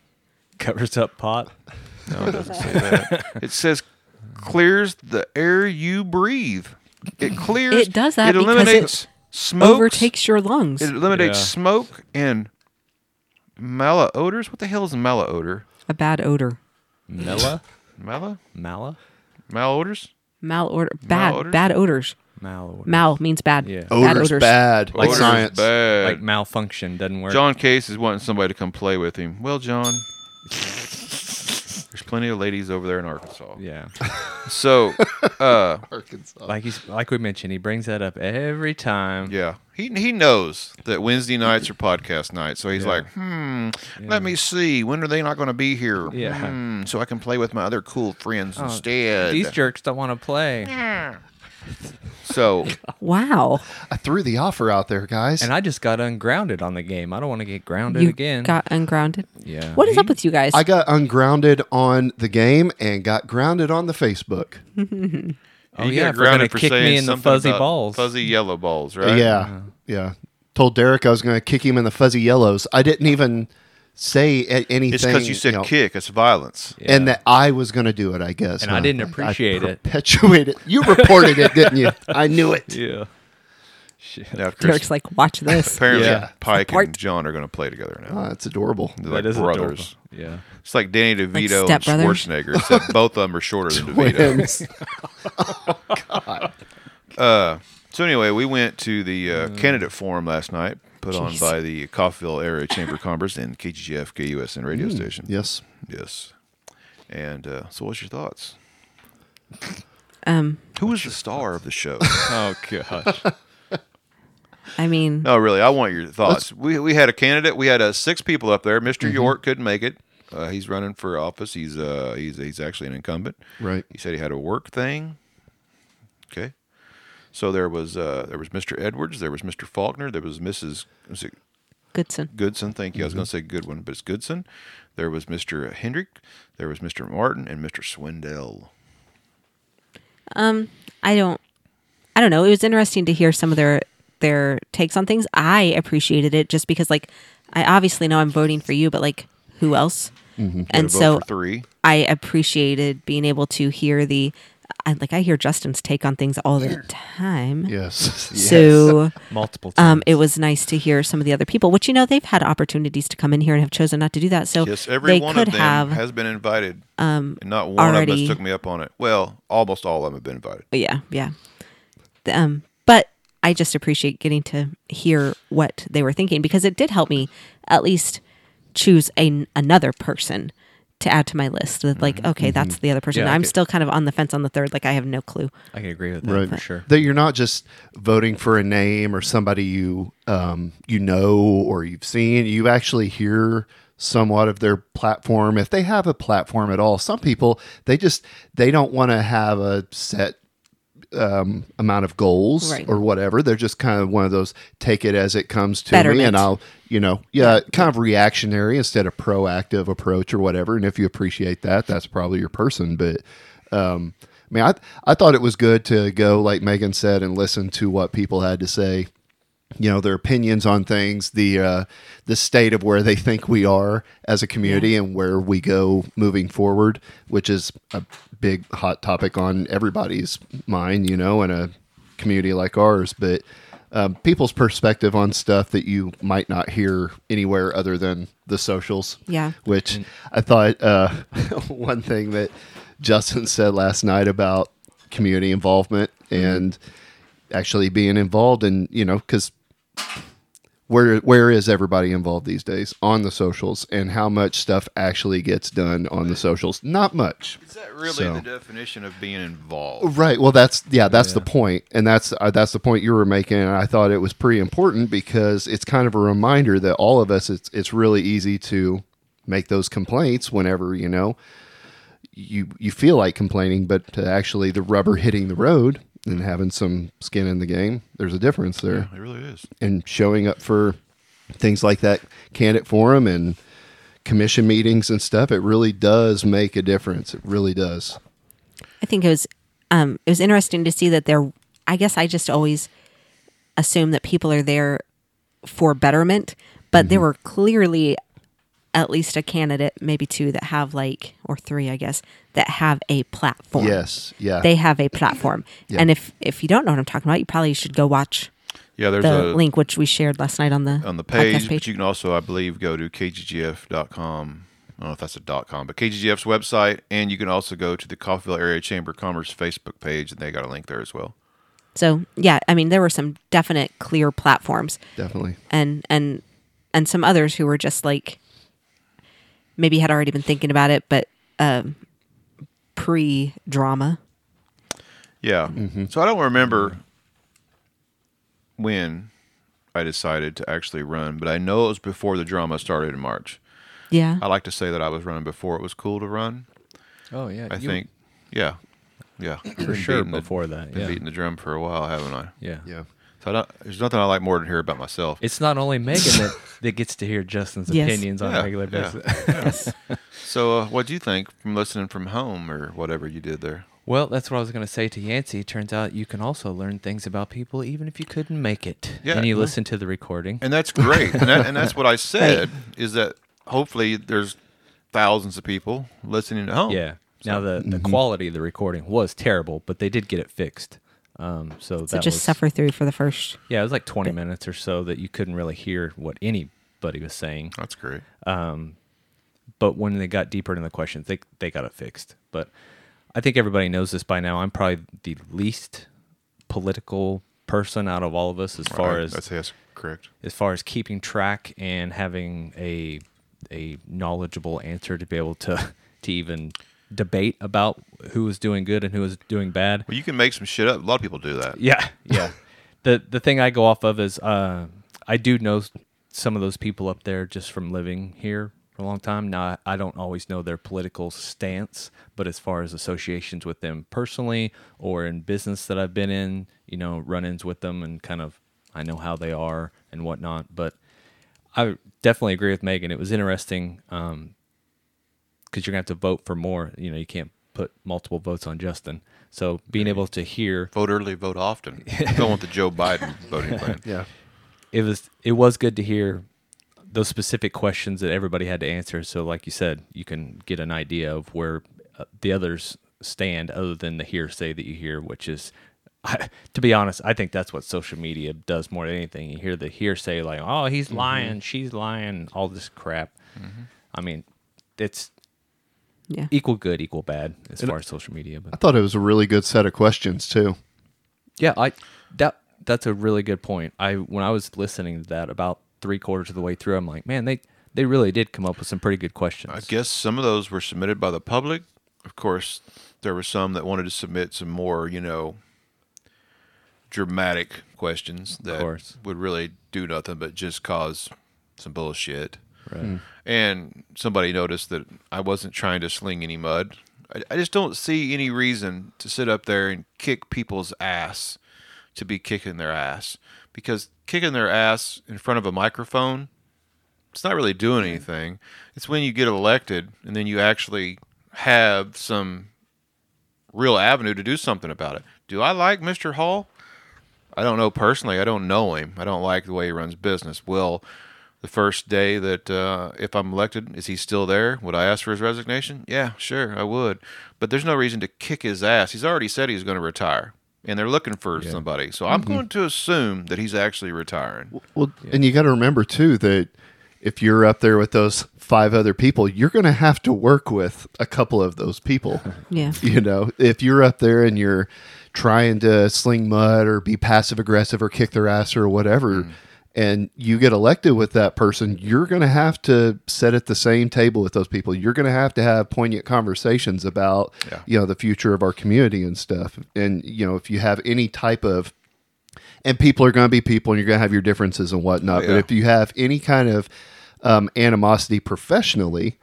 B: covers up pot.
C: No, it doesn't say that. It says clears the air you breathe. It clears.
E: It does that
C: It
E: because it
C: eliminates smoke.
E: Overtakes your lungs.
C: It eliminates
B: Yeah.
C: smoke and mala odors. What the hell is mala odor?
E: a bad odor.
B: Mela?
C: Mala?
B: Mala?
C: Mal odors?
E: Malodor. Bad.
C: Malodors?
E: Bad odors.
B: Mal.
E: Mal means bad.
B: Yeah.
E: Bad
D: Odor's
E: odors.
D: bad. Like
C: Odors
D: science.
C: Bad.
B: Like malfunction doesn't work.
C: John Case is wanting somebody to come play with him. Well, John, there's plenty of ladies over there in Arkansas.
B: Yeah. <laughs>
C: So, uh,
D: Arkansas.
B: Like he's like we mentioned, he brings that up every time.
C: yeah, he he knows that Wednesday nights are podcast nights. So he's like, hmm, let me see. When are they not going to be here?
B: Yeah. Oh,
C: Hmm, so I can play with my other cool friends instead.
B: These jerks don't want to play.
C: <laughs> so
E: Wow.
D: I threw the offer out there, guys.
B: And I just got ungrounded on the game. I don't want to get grounded
E: You
B: again.
E: got ungrounded.
B: Yeah.
E: What is up with you guys?
D: I got ungrounded on the game and got grounded on the Facebook.
B: oh,
C: you
B: yeah.
C: got
B: if we're gonna
C: grounded for
B: kick me
C: saying
B: in the
C: something
B: fuzzy
C: about
B: balls.
C: fuzzy yellow balls, right?
D: Yeah. Yeah. Told Derek I was going to kick him in the fuzzy yellows. I didn't even say a- anything.
C: It's because you said
D: know,
C: kick. It's violence.
D: And that I was going to do it, I guess.
B: And I didn't appreciate it.
D: Perpetuated. You reported it, didn't
C: <laughs>
D: you? I knew it.
B: Yeah.
C: Now, Chris,
D: <laughs>
E: Derek's like, watch
C: <laughs>
E: this.
C: apparently,
D: Yeah.
C: Pike
E: Support.
C: and John are going to play together now.
D: Oh, that's adorable.
C: They're
B: That
C: like
B: is
C: brothers.
B: adorable. Yeah.
C: It's like Danny DeVito and
E: stepbrothers.
C: Schwarzenegger, except both of them are shorter than DeVito.
D: Twins.
C: So anyway, we went to the uh, candidate forum last night, put on by the Coffeyville Area Chamber of Commerce and KGGF KUSN radio station.
D: <laughs> yes.
C: Yes. And uh, so, what's your thoughts?
E: Um,
C: Who was the star of the show? <laughs>
B: Oh gosh.
E: I mean,
C: no, really, I want your thoughts. We we had a candidate. We had uh, six people up there. Mr. York couldn't make it. Uh, he's running for office. He's uh he's he's actually an incumbent.
D: Right.
C: He said he had a work thing. Okay. So there was uh, there was Mr. Edwards, there was Mr. Faulkner, there was Mrs. Was it
E: Goodson.
C: Goodson. Thank you. I was
E: Mm-hmm.
C: going to say Goodwin, but it's Goodson. There was Mr. Hendrick, there was Mr. Martin, and Mr. Swindell.
E: I don't I don't know. It was interesting to hear some of their their takes on things. I appreciated it just because like I obviously know I'm voting for you, but like who else? And
C: Mm-hmm. Vote
E: so
C: for three.
E: I appreciated being able to hear the I like I hear Justin's take on things all the time.
D: Yes.
E: So
B: Multiple times.
E: um, it was nice to hear some of the other people, which you know they've had opportunities to come in here and have chosen not to do that. So
C: Yes, every
E: they
C: one
E: could
C: of them
E: have,
C: has been invited. Um, and not one of us
E: already-
C: took me up on it. Well, almost all of them have been invited.
E: But Oh, yeah, yeah. The, Um, but I just appreciate getting to hear what they were thinking because it did help me at least choose a, another person to add to my list. That,
C: Mm-hmm.
E: Like, okay, that's the other person.
B: Yeah, I
E: I'm
B: get-
E: still kind of on the fence on the third. Like, I have no clue.
B: I can agree with that
D: Right.
B: for sure.
D: That you're not just voting for a name or somebody you um, you know or you've seen. You actually hear somewhat of their platform if they have a platform at all. Some people they just they don't want to have a set um, amount of goals
E: Right.
D: or whatever. They're just kind of one of those take it as it comes to me,
E: Betterment.
D: and I'll you know yeah, kind of reactionary instead of proactive approach or whatever. And if you appreciate that, that's probably your person. But um, I mean, I I thought it was good to go like Megan said and listen to what people had to say. You know their opinions on things, the uh, the state of where they think we are as a community, and where we go moving forward, which is a big hot topic on everybody's mind. You know, in a community like ours, but um, people's perspective on stuff that you might not hear anywhere other than the socials.
E: Yeah.
D: Which I thought uh, <laughs> one thing that Justin said last night about community involvement and actually being involved and, you know, because where where is everybody involved these days on the socials and how much stuff actually gets done on the socials? Not much.
C: Is that really
D: So-
C: the definition of being involved?
D: Right. Well, that's yeah, that's the point, and that's uh, that's the point you were making. And I thought it was pretty important because it's kind of a reminder that all of us, it's it's really easy to make those complaints whenever you know you you feel like complaining, but to actually the rubber hitting the road and having some skin in the game, there's a difference there
C: It really is.
D: and showing up for things like that candidate forum and commission meetings and stuff it really does make a difference it really does
E: I think it was um, it was interesting to see that there. I guess I just always assume that people are there for betterment, but
C: Mm-hmm.
E: there were clearly at least a candidate, maybe two that have like or three, I guess, that have a platform.
D: yes yeah
E: they have a
C: <laughs>
E: platform, and if if you don't know what I'm talking about, you probably should go watch
C: Yeah, there's a
E: the link which we shared last night on the
C: on the page,
E: podcast
C: but you can also, I believe, go to kggf.com. I don't know if that's a dot com, but KGGF's website, and you can also go to the Coffeeville Area Chamber of Commerce Facebook page, and they got a link there as well.
E: So yeah, I mean there were some definite clear platforms.
D: definitely
E: and and and some others who were just like maybe had already been thinking about it but um pre drama
C: Yeah. So I don't remember when I decided to actually run, but I know it was before the drama started in March.
E: yeah
C: I like to say that I was running before it was cool to run.
B: Oh yeah,
C: I
B: you-
C: think, yeah, yeah,
B: for sure before that.
C: Been
B: Yeah,
C: beating the drum for a while, haven't I?
B: yeah,
D: yeah
C: So I don't, there's nothing I like more than hear about myself.
B: It's not only Megan that, that gets to hear Justin's
E: Yes.
B: opinions on
C: Yeah,
B: a regular
C: yeah.
B: basis. <laughs>
C: So, uh, what do you think from listening from home or whatever you did there?
B: Well, that's what I was going to say to Yancey. Turns out you can also learn things about people even if you couldn't make it.
C: Yeah.
B: and you listen to the recording.
C: And that's great. and, that, and
B: <laughs>
C: that's what I said is that hopefully there's thousands of people listening at home.
B: yeah. Now the,
E: Mm-hmm.
B: the quality of the recording was terrible, but they did get it fixed. Um, so
E: so
B: that
E: just
B: was,
E: suffer through for the first
B: Yeah, it was like 20 minutes or so that you couldn't really hear what anybody was saying.
C: That's great.
B: But when they got deeper into the questions, they they got it fixed. But I think everybody knows this by now. I'm probably the least political person out of all of us as far
C: I-
B: as
C: I'd say that's correct.
B: as far as keeping track and having a a knowledgeable answer to be able to <laughs> to even debate about who was doing good and who was doing bad.
C: Well, you can make some shit up. A lot of people do that.
B: Yeah, yeah. the the thing I go off of is uh, I do know some of those people up there just from living here for a long time. Now I don't always know their political stance, but as far as associations with them personally or in business that I've been in, you know, run-ins with them and kind of I know how they are and whatnot. But I definitely agree with Megan. It was interesting because you're gonna have to vote for more. You know, you can't put multiple votes on Justin. So being able to hear
C: Vote early,
B: <laughs>
C: vote often. Don't want the Joe Biden voting plan.
D: yeah
B: it was it was good to hear those specific questions that everybody had to answer. So, like you said, you can get an idea of where uh, the others stand, other than the hearsay that you hear, which is. <laughs> I, to be honest, I think that's what social media does more than anything. You hear the hearsay, like, "Oh, he's lying, she's lying," all this crap. I mean, it's
E: yeah
B: equal good, equal bad as far as social media. But
D: i thought it was a really good set of questions too
B: Yeah, I that that's a really good point. I when I was listening to that about three quarters of the way through, I'm like, man, they they really did come up with some pretty good questions.
C: I guess some of those were submitted by the public. Of course, there were some that wanted to submit some more, you know, dramatic questions that
B: course.
C: would really do nothing but just cause some bullshit.
B: Right.
C: And somebody noticed that I wasn't trying to sling any mud. I, I just don't see any reason to sit up there and kick people's ass to be kicking their ass because kicking their ass in front of a microphone it's not really doing anything. It's when you get elected and then you actually have some real avenue to do something about it. Do I like Mr. Hall? I don't know personally. I don't know him. I don't like the way he runs business. Will the first day that uh, if I'm elected, is he still there? Would I ask for his resignation? Yeah, sure, I would. But there's no reason to kick his ass. He's already said he's going to retire, and they're looking for somebody. So I'm going to assume that he's actually retiring.
D: Mm-hmm. well and you got to remember too that if you're up there with those five other people you're going to have to work with a couple of those people
E: yeah
D: <laughs> you know if you're up there and you're
C: Mm.
D: trying to sling mud or be passive aggressive or kick their ass or whatever and you get elected with that person, you're going to have to sit at the same table with those people. You're going to have to have poignant conversations about,
C: Yeah.
D: you know, the future of our community and stuff. And, you know, if you have any type of and people are going to be people and you're going to have your differences and whatnot. But
C: Oh, Yeah.
D: if you have any kind of um, animosity professionally,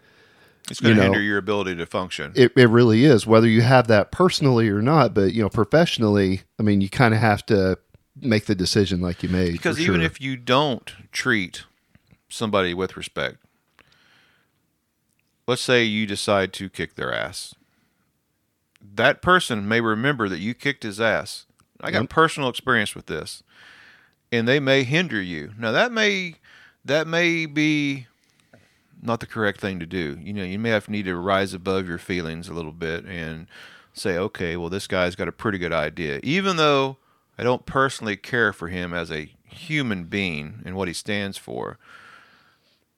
C: It's going
D: you
C: to
D: know-
C: hinder your ability to function.
D: it, it really is whether you have that personally or not but you know professionally i mean you kind of have to make the decision like you made
C: because
D: for
C: even
D: sure.
C: if you don't treat somebody with respect, let's say you decide to kick their ass, that person may remember that you kicked his ass. I got personal experience with this, and they may hinder you. Now that may that may be not the correct thing to do. You know, you may have need to rise above your feelings a little bit and say, okay, well, this guy's got a pretty good idea, even though I don't personally care for him as a human being and what he stands for.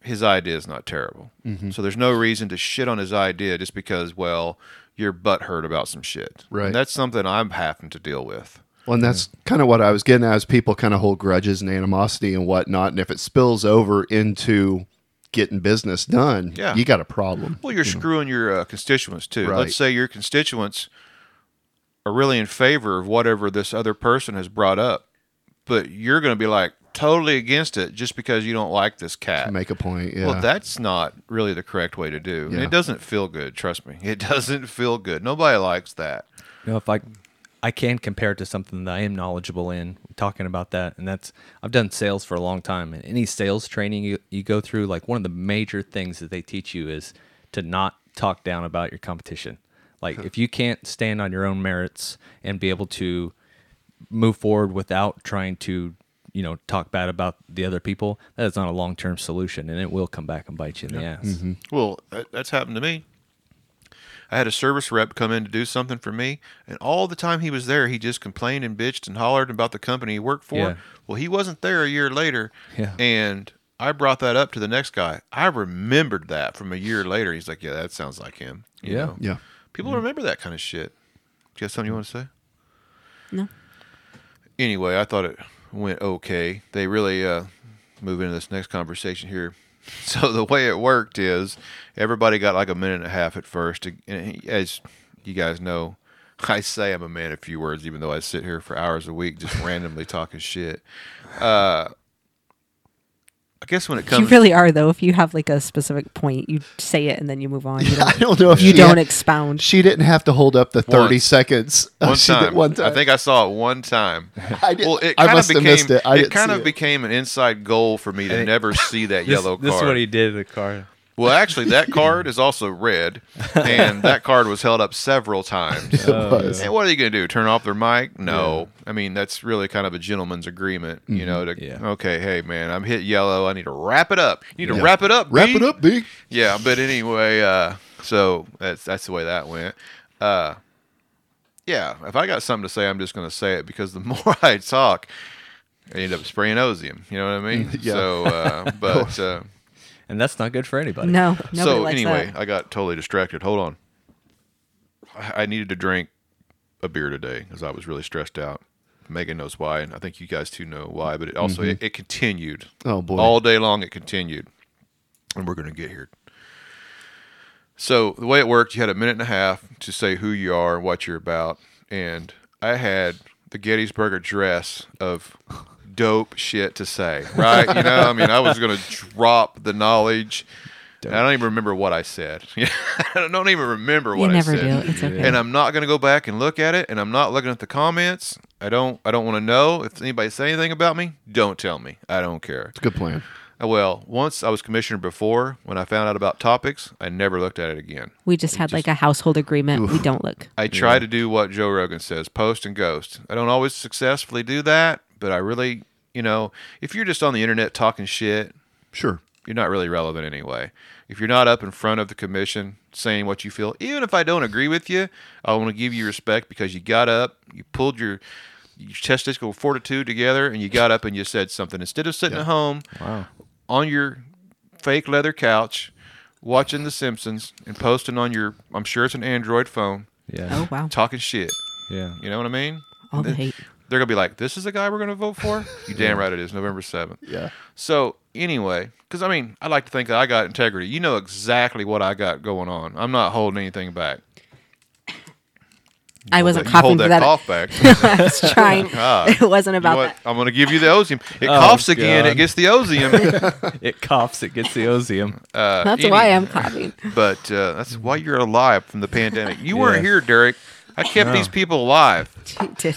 C: His idea is not terrible, so there's no reason to shit on his idea just because, well, you're butthurt about some shit.
D: Right.
C: And that's something I'm having to deal with.
D: well, and that's kind of what i was getting at is people kind of hold grudges and animosity and whatnot and if it spills over into getting business done
C: Yeah.
D: you got a problem
C: Well, you're screwing your uh, constituents too.
D: Right.
C: Let's say your constituents are really in favor of whatever this other person has brought up, but you're going to be like totally against it just because you don't like this cat.
D: make a point yeah
C: Well, that's not really the correct way to do.
D: Yeah.
C: It doesn't feel good. Trust me, it <laughs> doesn't feel good. Nobody likes that.
B: You know, if I I can compare it to something that I am knowledgeable in, talking about that, and that's I've done sales for a long time, and any sales training you, you go through, like one of the major things that they teach you is to not talk down about your competition. Like if you can't stand on your own merits and be able to move forward without trying to you know talk bad about the other people that is not a long-term solution and it will come back and bite you in the ass
C: Well, that, that's happened to me. I had a service rep come in to do something for me, and all the time he was there, he just complained and bitched and hollered about the company he worked for.
B: Yeah.
C: Well, he wasn't there a year later,
B: Yeah.
C: and I brought that up to the next guy. I remembered that from a year later. He's like, "Yeah, that sounds like him." you
B: Yeah. Mm-hmm.
C: know?
D: yeah
C: People remember that kind of shit. Do you have something you want to say?
E: No.
C: Anyway, I thought it went okay. They really uh, move into this next conversation here. <laughs> So the way it worked is everybody got like a minute and a half at first. to- and he- As you guys know, <laughs> I say I'm a man of few words, even though I sit here for hours a week just randomly <laughs> talking shit. Uh, I guess when it
E: You
C: comes,
E: really are though. If you have like a specific point, you say it and then you move on.
C: <laughs>
E: You
D: <laughs> i
E: don't,
D: don't know if
E: you
D: she had-
E: don't expound.
D: she didn't have to hold up the 30
C: Once.
D: seconds
C: <laughs>
D: <laughs>
C: one
D: She did
C: time.
D: one time
C: I think I saw it one time.
D: <laughs> I did-
C: well, it
D: I
C: kind of
D: must have
C: became
D: missed it. I
C: it
D: didn't
C: kind
D: see
C: of
D: it.
C: became an inside goal for me to never see
D: <laughs>
C: that yellow card.
B: this is what he did in the car
C: well, actually, that card is also red, and that card was held up several
D: <laughs>
C: times.
D: it was.
C: And what are you going to do? Turn off their mic? No. I mean, that's really kind of a gentleman's agreement, you know. To,
D: Mm-hmm.
B: Yeah.
C: Okay, hey man, I'm hit yellow. I need to wrap it up. You need to wrap it up.
D: wrap
C: B.
D: it up b
C: Yeah, but anyway, uh, so that's that's the way that went. Uh, yeah, if I got something to say, I'm just going to say it because the <laughs> more I talk, I end up spraying osium. You know what I mean?
D: <laughs> Yeah.
C: So, uh, but uh,
B: and that's not good for anybody
E: No, nobody
C: so
E: likes
C: anyway,
E: that.
C: I got totally distracted. Hold on, I, I needed to drink a beer today because I was really stressed out. Megan knows why, and I think you guys too know why. But it also it, it continued.
D: Oh, boy.
C: all day long it continued, and we're going to get here. So the way it worked, you had a minute and a half to say who you are and what you're about, and I had the Gettysburg Address of dope shit to say, right? You know, I mean, I was going to drop the knowledge. And I don't even remember what I said. <laughs> I don't even remember what
E: You
C: I
E: never
C: said
E: do. It's okay.
C: and I'm not going to go back and look at it, and I'm not looking at the comments. I don't. I don't want to know if anybody say anything about me. Don't tell me. I don't care.
D: good plan
C: Uh, Well, once I was commissioner before, when I found out about topics, I never looked at it again.
E: we just had like a household agreement. We don't look.
C: I try to do what Joe Rogan says: post and ghost. I don't always successfully do that, but I really, you know, if you're just on the internet talking shit,
D: sure
C: you're not really relevant anyway. If you're not up in front of the commission saying what you feel, even if I don't agree with you, I want to give you respect because you got up, you pulled your your testicular fortitude together, and you got up and you said something instead of sitting at home on your fake leather couch watching The Simpsons and posting on your I'm sure it's an Android phone
B: yeah
E: Oh wow,
C: talking shit.
B: yeah
C: You know what I mean?
E: all the hate.
C: They're gonna be like, "This is the guy we're gonna
B: <laughs>
C: vote for." You damn right it is. November seventh.
D: Yeah.
C: So anyway, because I mean, I like to think that I got integrity. You know exactly what I got going on. I'm not holding anything back.
E: I wasn't
C: You hold
E: coughing for that. <laughs>
C: cough back.
E: I was
C: <laughs>
E: trying.
C: God.
E: it wasn't
C: You know
E: about
C: what?
E: that.
C: I'm gonna give you the osium.
B: <laughs>
C: It coughs again.
B: Oh, God.
C: It gets the
E: <laughs>
C: osium.
B: It coughs, it gets the
C: <laughs>
B: osium.
C: Uh,
E: That's
C: any-
E: why I'm coughing.
C: But uh, that's why you're alive from the pandemic. You weren't
B: Yeah.
C: here, Derek. I kept these people alive.
E: You did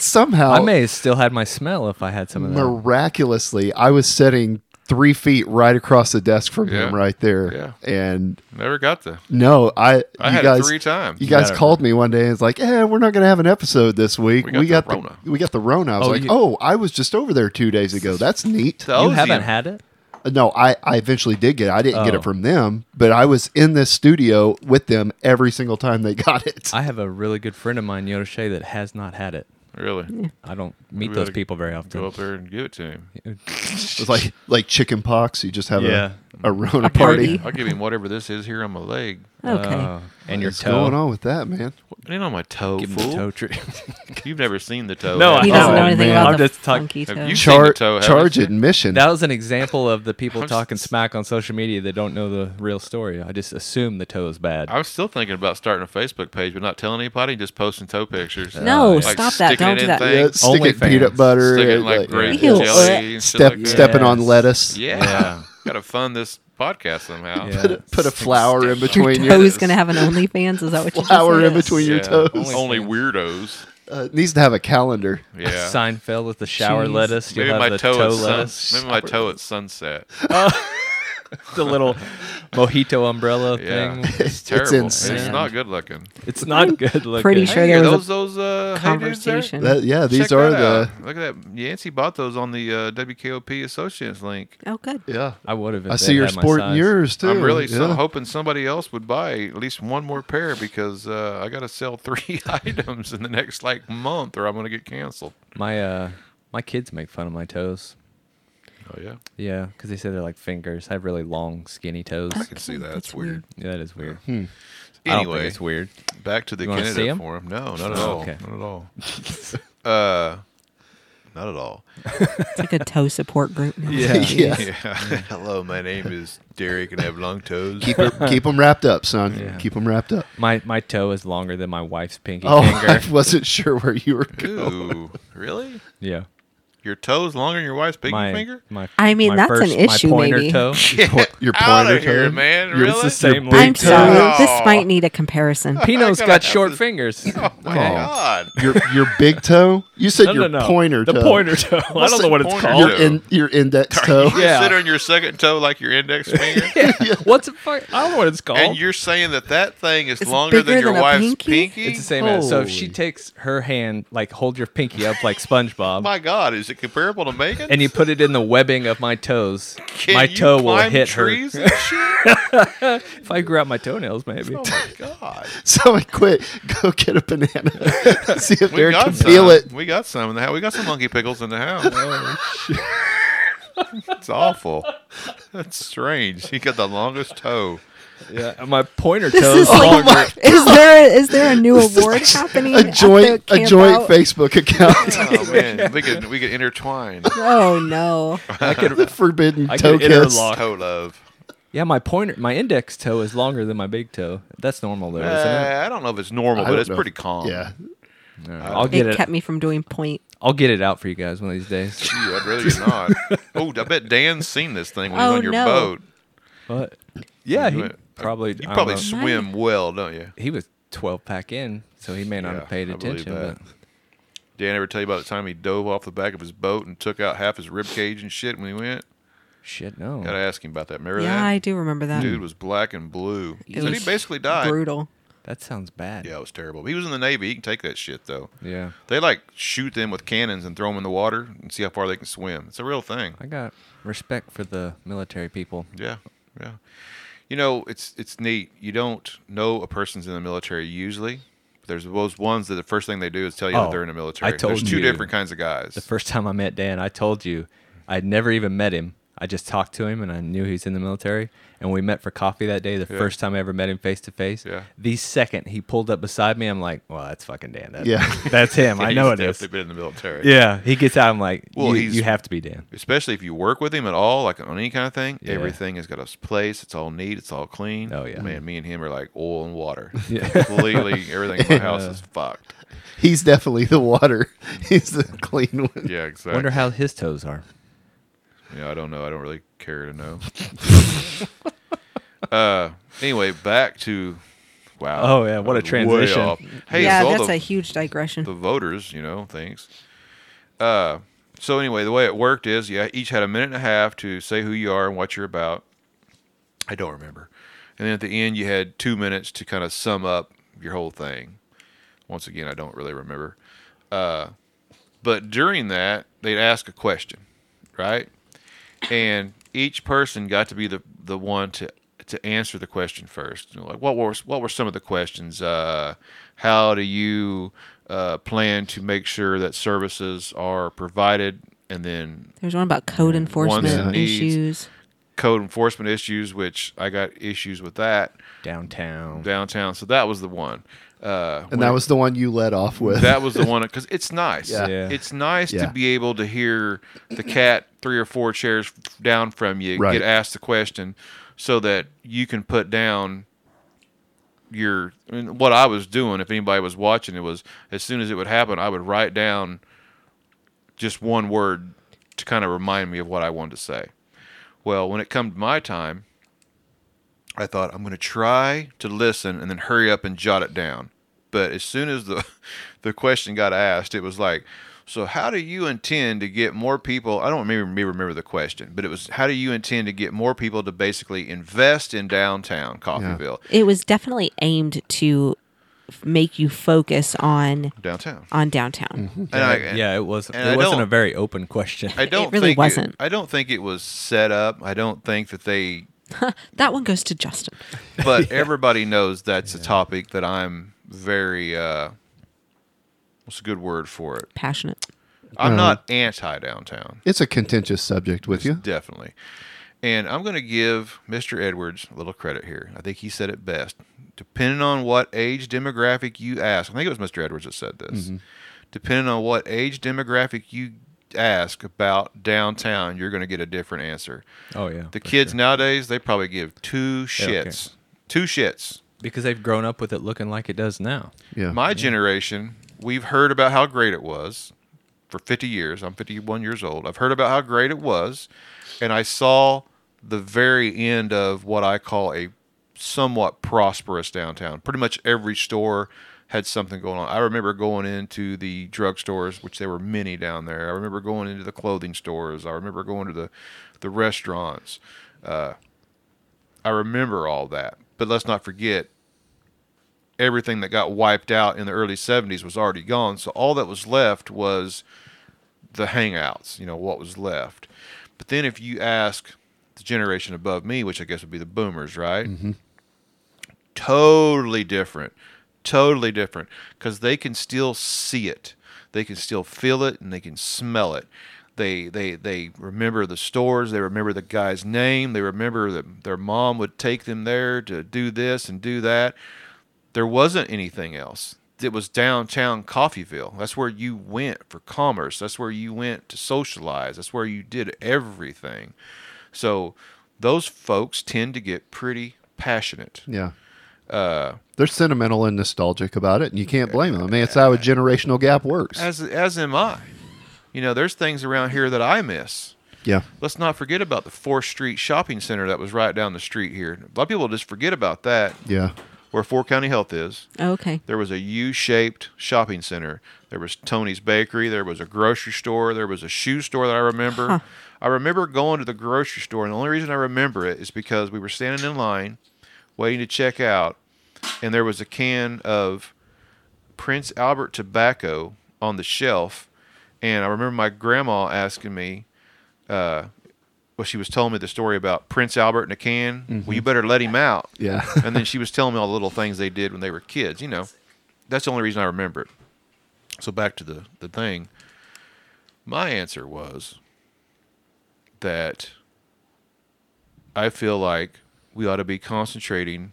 D: <laughs> Somehow,
C: Oh.
B: I may have still had my smell if I had some of that.
D: miraculously, I was sitting three feet right across the desk from him
C: Yeah.
D: right there.
C: Yeah.
D: And
C: Never got the.
D: no, I,
C: I
D: you
C: had
D: guys,
C: it three times.
D: You guys
B: Better.
D: called me one day and it's like, eh, we're not going to have an episode this week.
C: We got the Rona."
D: we got the Rona. I was
B: Oh,
D: like,
B: you-
D: oh, I was just over there two days ago. That's neat. Uh,
C: The
B: you
C: osium.
B: haven't had it?
D: No, I, I eventually did get it. I didn't get
B: Oh.
D: it from them, but I was in this studio with them every single time they got it.
B: I have a really good friend of mine, Yoda Shea, that has not had it.
C: really.
B: I don't meet
C: We
B: those
C: oughta
B: people very
C: Go
B: often.
C: up there and give it to him.
D: It was like like chicken pox. You just have
B: Yeah.
D: a, a Rona
E: party.
D: party.
C: I'll give him whatever this is here on my leg.
E: Okay.
B: Uh,
C: <laughs>
B: and your
D: What's
B: toe.
D: going on with that, man?
C: It ain't on my toe,
B: Give him the
C: fool.
B: toe tree.
C: <laughs> You've never seen the toe.
B: No,
C: have
E: he
C: you?
B: I-
E: doesn't
B: Oh,
E: know anything
D: man.
E: about
B: I'm
E: the
B: just talk-
E: funky
C: Have
E: toe.
C: you- seen
D: Char-
C: the toe, haven't
D: charge
C: you?
D: admission.
B: that was an example of the people
C: I'm
B: talking smack on social media that don't know the real story. I just assume the toe is bad.
C: I was still thinking about starting a Facebook page, but not telling anybody, just posting toe pictures.
E: No,
C: Like
E: stop that.
C: sticking
E: Don't
C: it
E: do
C: in
E: that.
D: yeah,
C: Things,
D: stick
B: Only
D: it in peanut
B: fans.
D: butter.
C: sticking
D: and,
C: like grape
E: Ew.
C: jelly. and shit
D: Step
C: like that.
D: stepping on
B: Yes.
D: lettuce.
C: Yeah. Got to fund this podcast somehow.
B: Yeah.
D: Put a, put a flower in
E: Your
D: between
E: toe's going to have an OnlyFans? Is that what you just
D: flower
E: said?
D: in between your
C: Yeah.
D: toes.
C: Only, weirdos.
D: Uh, it needs to have a calendar.
C: <laughs> Yeah.
B: Seinfeld with the shower
E: Jeez.
B: lettuce. You
C: Maybe
B: have
C: my
B: the
C: toe,
B: toe
C: at
B: lettuce. <laughs> Oh.
C: sun, maybe my toe at sunset.
B: the
C: <laughs>
B: little mojito umbrella
C: Yeah,
B: thing.
C: it's terrible. It's
D: insane.
C: not good looking.
B: It's
C: <laughs>
B: not good looking.
C: Hey,
E: Pretty sure
C: are
E: there was
C: those those uh,
E: a
C: hey dudes there?
E: conversation.
D: That, yeah, these
C: Check
D: are
C: that
D: the
C: out. Look at that. Yancey bought those on the uh, WKOP Associates link.
E: oh, good.
D: yeah.
B: I would have.
D: I see you're sporting yours too.
C: I'm really so
D: yeah.
C: hoping somebody else would buy at least one more pair because uh, I got to sell three <laughs> items in the next like month or I'm gonna get canceled.
B: My uh, my kids make fun of my toes.
C: Oh yeah,
B: Yeah, because they say they're like fingers. I have really long, skinny toes.
C: I can see that. That's weird.
B: Yeah, that is
D: Hmm.
B: weird. I don't think
C: Anyway,
B: it's weird.
C: back to the
B: You wanna see
C: candidate
B: 'em?
C: forum. No, not at
B: Oh,
C: all.
B: okay.
C: Not
B: <laughs>
C: at all. uh, not at all.
E: It's like a toe support group. now.
D: yeah.
C: Yeah. <laughs> Hello, my name is Derek, and I have long toes.
D: Keep, her, keep them wrapped up, son. Keep 'em Keep them wrapped up.
B: My my toe is longer than my wife's pinky
D: Oh,
B: finger.
D: <laughs> I wasn't sure where you were going.
C: Ooh, really?
B: Yeah.
C: Your toes longer than your wife's pinky
B: my,
C: finger?
B: My,
E: I mean,
B: my
E: that's an
B: first- my
E: issue,
B: pointer
E: maybe.
C: <laughs>
B: toe.
D: Po- <laughs> Your
C: Out
D: pointer
C: of here,
D: toe.
C: man!
B: Yours
C: Really?
B: the same
E: I'm
B: length.
E: sorry.
C: toe.
E: This might need a comparison.
B: Pino's
C: I gotta
B: got
C: have
B: short
C: this-
B: fingers.
C: <laughs> Oh my God!
D: Your your big toe. You said your pointer toe.
B: toe. I
C: What's the pointer
D: Your
C: toe?
D: in your index toe.
C: You
B: Yeah.
C: considering your second toe like your index
B: <laughs>
C: finger,
B: What's it? fuck? I don't know what it's called.
C: and you're saying that that thing is
E: It's
C: longer than
E: bigger
C: your
E: than a
C: wife's
E: pinky?
C: pinky?
B: It's the same as so if she takes her hand, like hold your pinky up like SpongeBob,
C: Oh My God, is it comparable to Megan?
B: and you put it in the webbing of my toes,
C: Can
B: my
C: you
B: toe will
C: climb
B: hit
C: trees
B: <laughs>
C: Oh
B: her.
C: and shit?
B: If I grew out my toenails, maybe.
C: Oh my God!
D: <laughs> Someone quit. Go get a banana. <laughs> See if
C: We
D: Derek
C: got
D: can
C: some.
D: peel it.
C: We got some in the house. We got some monkey pickles in the
B: <laughs>
C: house.
B: Oh,
C: it's awful. That's strange. He got the
B: <laughs>
C: longest toe.
B: Yeah, my pointer
E: This
B: toes
E: is like,
B: longer.
E: is there is there a new award happening?
D: A
E: at the
D: joint a
E: camp
D: joint
E: out?
C: <laughs>
D: Facebook account.
C: Oh man, we could we could intertwine
E: Oh no!
B: I
D: <laughs> the
B: could,
D: forbidden
B: I
D: toe
B: could
D: kiss.
B: interlock.
C: toe love.
B: yeah, my pointer, my index toe is longer than my big toe. That's normal though, isn't it?
C: Uh, I don't know if it's normal,
D: I
C: but
D: don't
C: it's
D: know.
C: pretty calm.
D: Yeah.
B: I'll get
E: It
B: it.
E: kept me from doing point.
B: I'll get it out for you guys one of these days.
C: Gee, I'd rather you not.
B: <laughs>
C: Oh, I bet Dan's seen this thing when he's
E: Oh,
C: on your
E: no.
C: boat.
B: But yeah,
C: You
B: he
C: went-
B: probably.
C: You
B: I don't
C: probably
B: know.
C: swim well, don't you?
B: he was twelve pack in, so he may not
C: Yeah,
B: have paid
C: I believe
B: attention.
C: that.
B: But
C: Dan ever tell you about the time he dove off the back of his boat and took out half his rib cage and shit when he went?
B: shit, no.
C: Gotta ask him about that. Remember
E: Yeah,
C: that?
E: I do remember that.
C: Dude was black and blue.
E: It
C: So he
E: was
C: basically died.
E: Brutal.
B: That sounds bad.
C: Yeah, it was terrible. He was in the Navy. He can take that shit though.
B: Yeah.
C: They like shoot them with cannons and throw them in the water and see how far they can swim. It's a real thing.
B: I got respect for the military people.
C: Yeah, yeah. You know, it's it's neat. You don't know a person's in the military usually. But there's those ones that the first thing they do is tell you that
B: Oh,
C: they're in the military.
B: I told
C: there's two
B: you.
C: different kinds of guys.
B: The first time I met Dan, I told you I'd never even met him. I just talked to him and I knew he was in the military. And we met for coffee that day, the first time I ever met him face to face.
C: Yeah.
B: The second he pulled up beside me, I'm like, well, that's fucking Dan. That,
D: Yeah.
B: <laughs> That's him. I know
C: <laughs> He's
B: it is.
C: definitely been in the military.
B: Yeah. He gets out. I'm like,
C: Well,
B: well, you,
C: he's-
B: you have to be Dan.
C: Especially if you work with him at all, like on any kind of thing,
B: Yeah.
C: everything has got its place. It's all neat. It's all clean.
B: Oh, yeah.
C: man. Me and him are like oil
B: <laughs>
C: and water. completely everything in my house is fucked.
D: He's definitely the water. <laughs> He's the clean one.
C: Yeah, exactly.
B: Wonder how his toes are.
C: Yeah, I don't know. I don't really care to know. <laughs> uh, anyway, back to wow.
B: Oh, yeah, what a
C: Way
B: transition.
C: off. Hey,
E: yeah,
C: it's all
E: that's
C: the,
E: a huge digression.
C: the voters, you know, things. Uh, so anyway, the way it worked is, yeah, each had a minute and a half to say who you are and what you're about. I don't remember. And then at the end, you had two minutes to kind of sum up your whole thing. Once again, I don't really remember. Uh, but during that, they'd ask a question, right? And each person got to be the, the one to to answer the question first. You know, like, what were what were some of the questions? Uh, how do you uh, plan to make sure that services are provided? And then
E: There's one about code enforcement
C: and needs.
E: issues.
C: code enforcement issues, which I got issues with that
B: Downtown.
C: downtown. So that was the one. Uh,
D: And that was the one you led off with.
C: that was the one because it's nice.
D: Yeah.
B: Yeah.
C: It's nice
D: Yeah.
C: to be able to hear the cat three or four chairs down from you
D: Right.
C: get asked the question, so that you can put down your I mean, what I was doing. If anybody was watching, it was as soon as it would happen, I would write down just one word to kind of remind me of what I wanted to say. Well, when it come to my time, I thought I'm going to try to listen and then hurry up and jot it down. But as soon as the <laughs> the question got asked, it was like, so how do you intend to get more people? I don't maybe maybe remember the question, but it was how do you intend to get more people to basically invest in downtown Coffeeville,
E: It was definitely aimed to f- make you focus on
C: downtown?
E: on downtown.
C: And I,
B: yeah, it wasn't.
C: and
B: It
C: I
B: wasn't
C: don't-
B: a very open question.
C: I don't
E: really
C: think
E: wasn't.
C: I don't think it was set up. I don't think that they
E: That one goes to Justin.
C: but everybody knows that's a topic that I'm very uh what's a good word for it?
E: Passionate.
C: I'm not anti downtown.
D: It's a contentious subject with you.
C: Definitely. And I'm going to give Mr. Edwards a little credit here. I think he said it best. Depending on what age demographic you ask, I think it was Mr. Edwards that said this. Depending on what age demographic you ask about downtown, you're going to get a different answer.
B: <laughs> oh yeah,
C: The kids nowadays, they probably give two
B: okay.
C: shits. Two shits.
B: because they've grown up with it looking like it does now.
D: Yeah.
C: My generation, we've heard about how great it was for 50 years. I'm 51 years old. I've heard about how great it was, and I saw the very end of what I call a somewhat prosperous downtown. Pretty much every store had something going on. I remember going into the drugstores, which there were many down there. I remember going into the clothing stores. I remember going to the the restaurants. Uh, I remember all that. But let's not forget everything that got wiped out in the early 70s was already gone. So all that was left was the hangouts, you know, what was left. But then if you ask the generation above me, which I guess would be the boomers, right? Totally different. Totally different because they can still see it. They can still feel it and they can smell it. They, they, they remember the stores. They remember the guy's name. They remember that their mom would take them there to do this and do that there wasn't anything else. It was downtown Coffeeville. That's where you went for commerce. That's where you went to socialize. That's where you did everything. So those folks tend to get pretty passionate.
D: Yeah.
C: Uh,
D: They're sentimental and nostalgic about it, and you can't blame them. I mean, it's how a generational gap works.
C: As as am I. You know, there's things around here that I miss.
D: yeah.
C: Let's not forget about the Fourth Street Shopping Center that was right down the street here. A lot of people just forget about that.
D: Yeah.
C: Where Four County Health is.
E: Okay.
C: There was a U-shaped shopping center. There was Tony's Bakery. There was a grocery store. There was a shoe store that I remember. I remember going to the grocery store, and the only reason I remember it is because we were standing in line, waiting to check out, and there was a can of Prince Albert tobacco on the shelf, and I remember my grandma asking me. Uh, well, she was telling me the story about Prince Albert in a can. Well, you better let him out
D: Yeah. <laughs>
C: and then she was telling me all the little things they did when they were kids. You know, that's the only reason I remember it. So back to the the thing. My answer was that I feel like we ought to be concentrating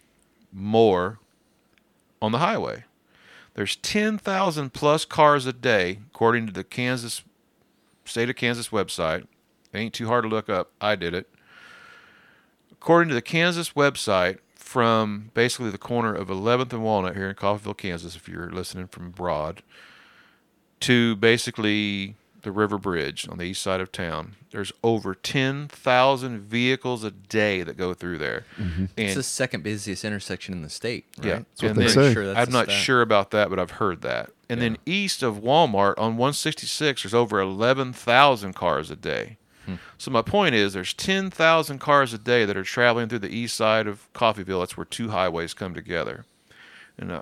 C: more on the highway. There's 10,000 plus cars a day, according to the Kansas state of Kansas website. It ain't too hard to look up. I did it. According to the Kansas website, from basically the corner of 11th and Walnut here in Coffeeville, Kansas, if you're listening from abroad, to basically the river bridge on the east side of town. There's over 10,000 vehicles a day that go through there.
B: It's
C: And
B: the second busiest intersection in the state. Right?
C: yeah,
D: what
C: and
D: they
C: then-
D: say.
B: a
C: I'm not
B: stat.
C: sure about that, but I've heard that. And then east of Walmart on 166, there's over 11,000 cars a day.
D: Hmm.
C: So my point is, there's 10,000 cars a day that are traveling through the east side of Coffeeville. That's where two highways come together. And uh,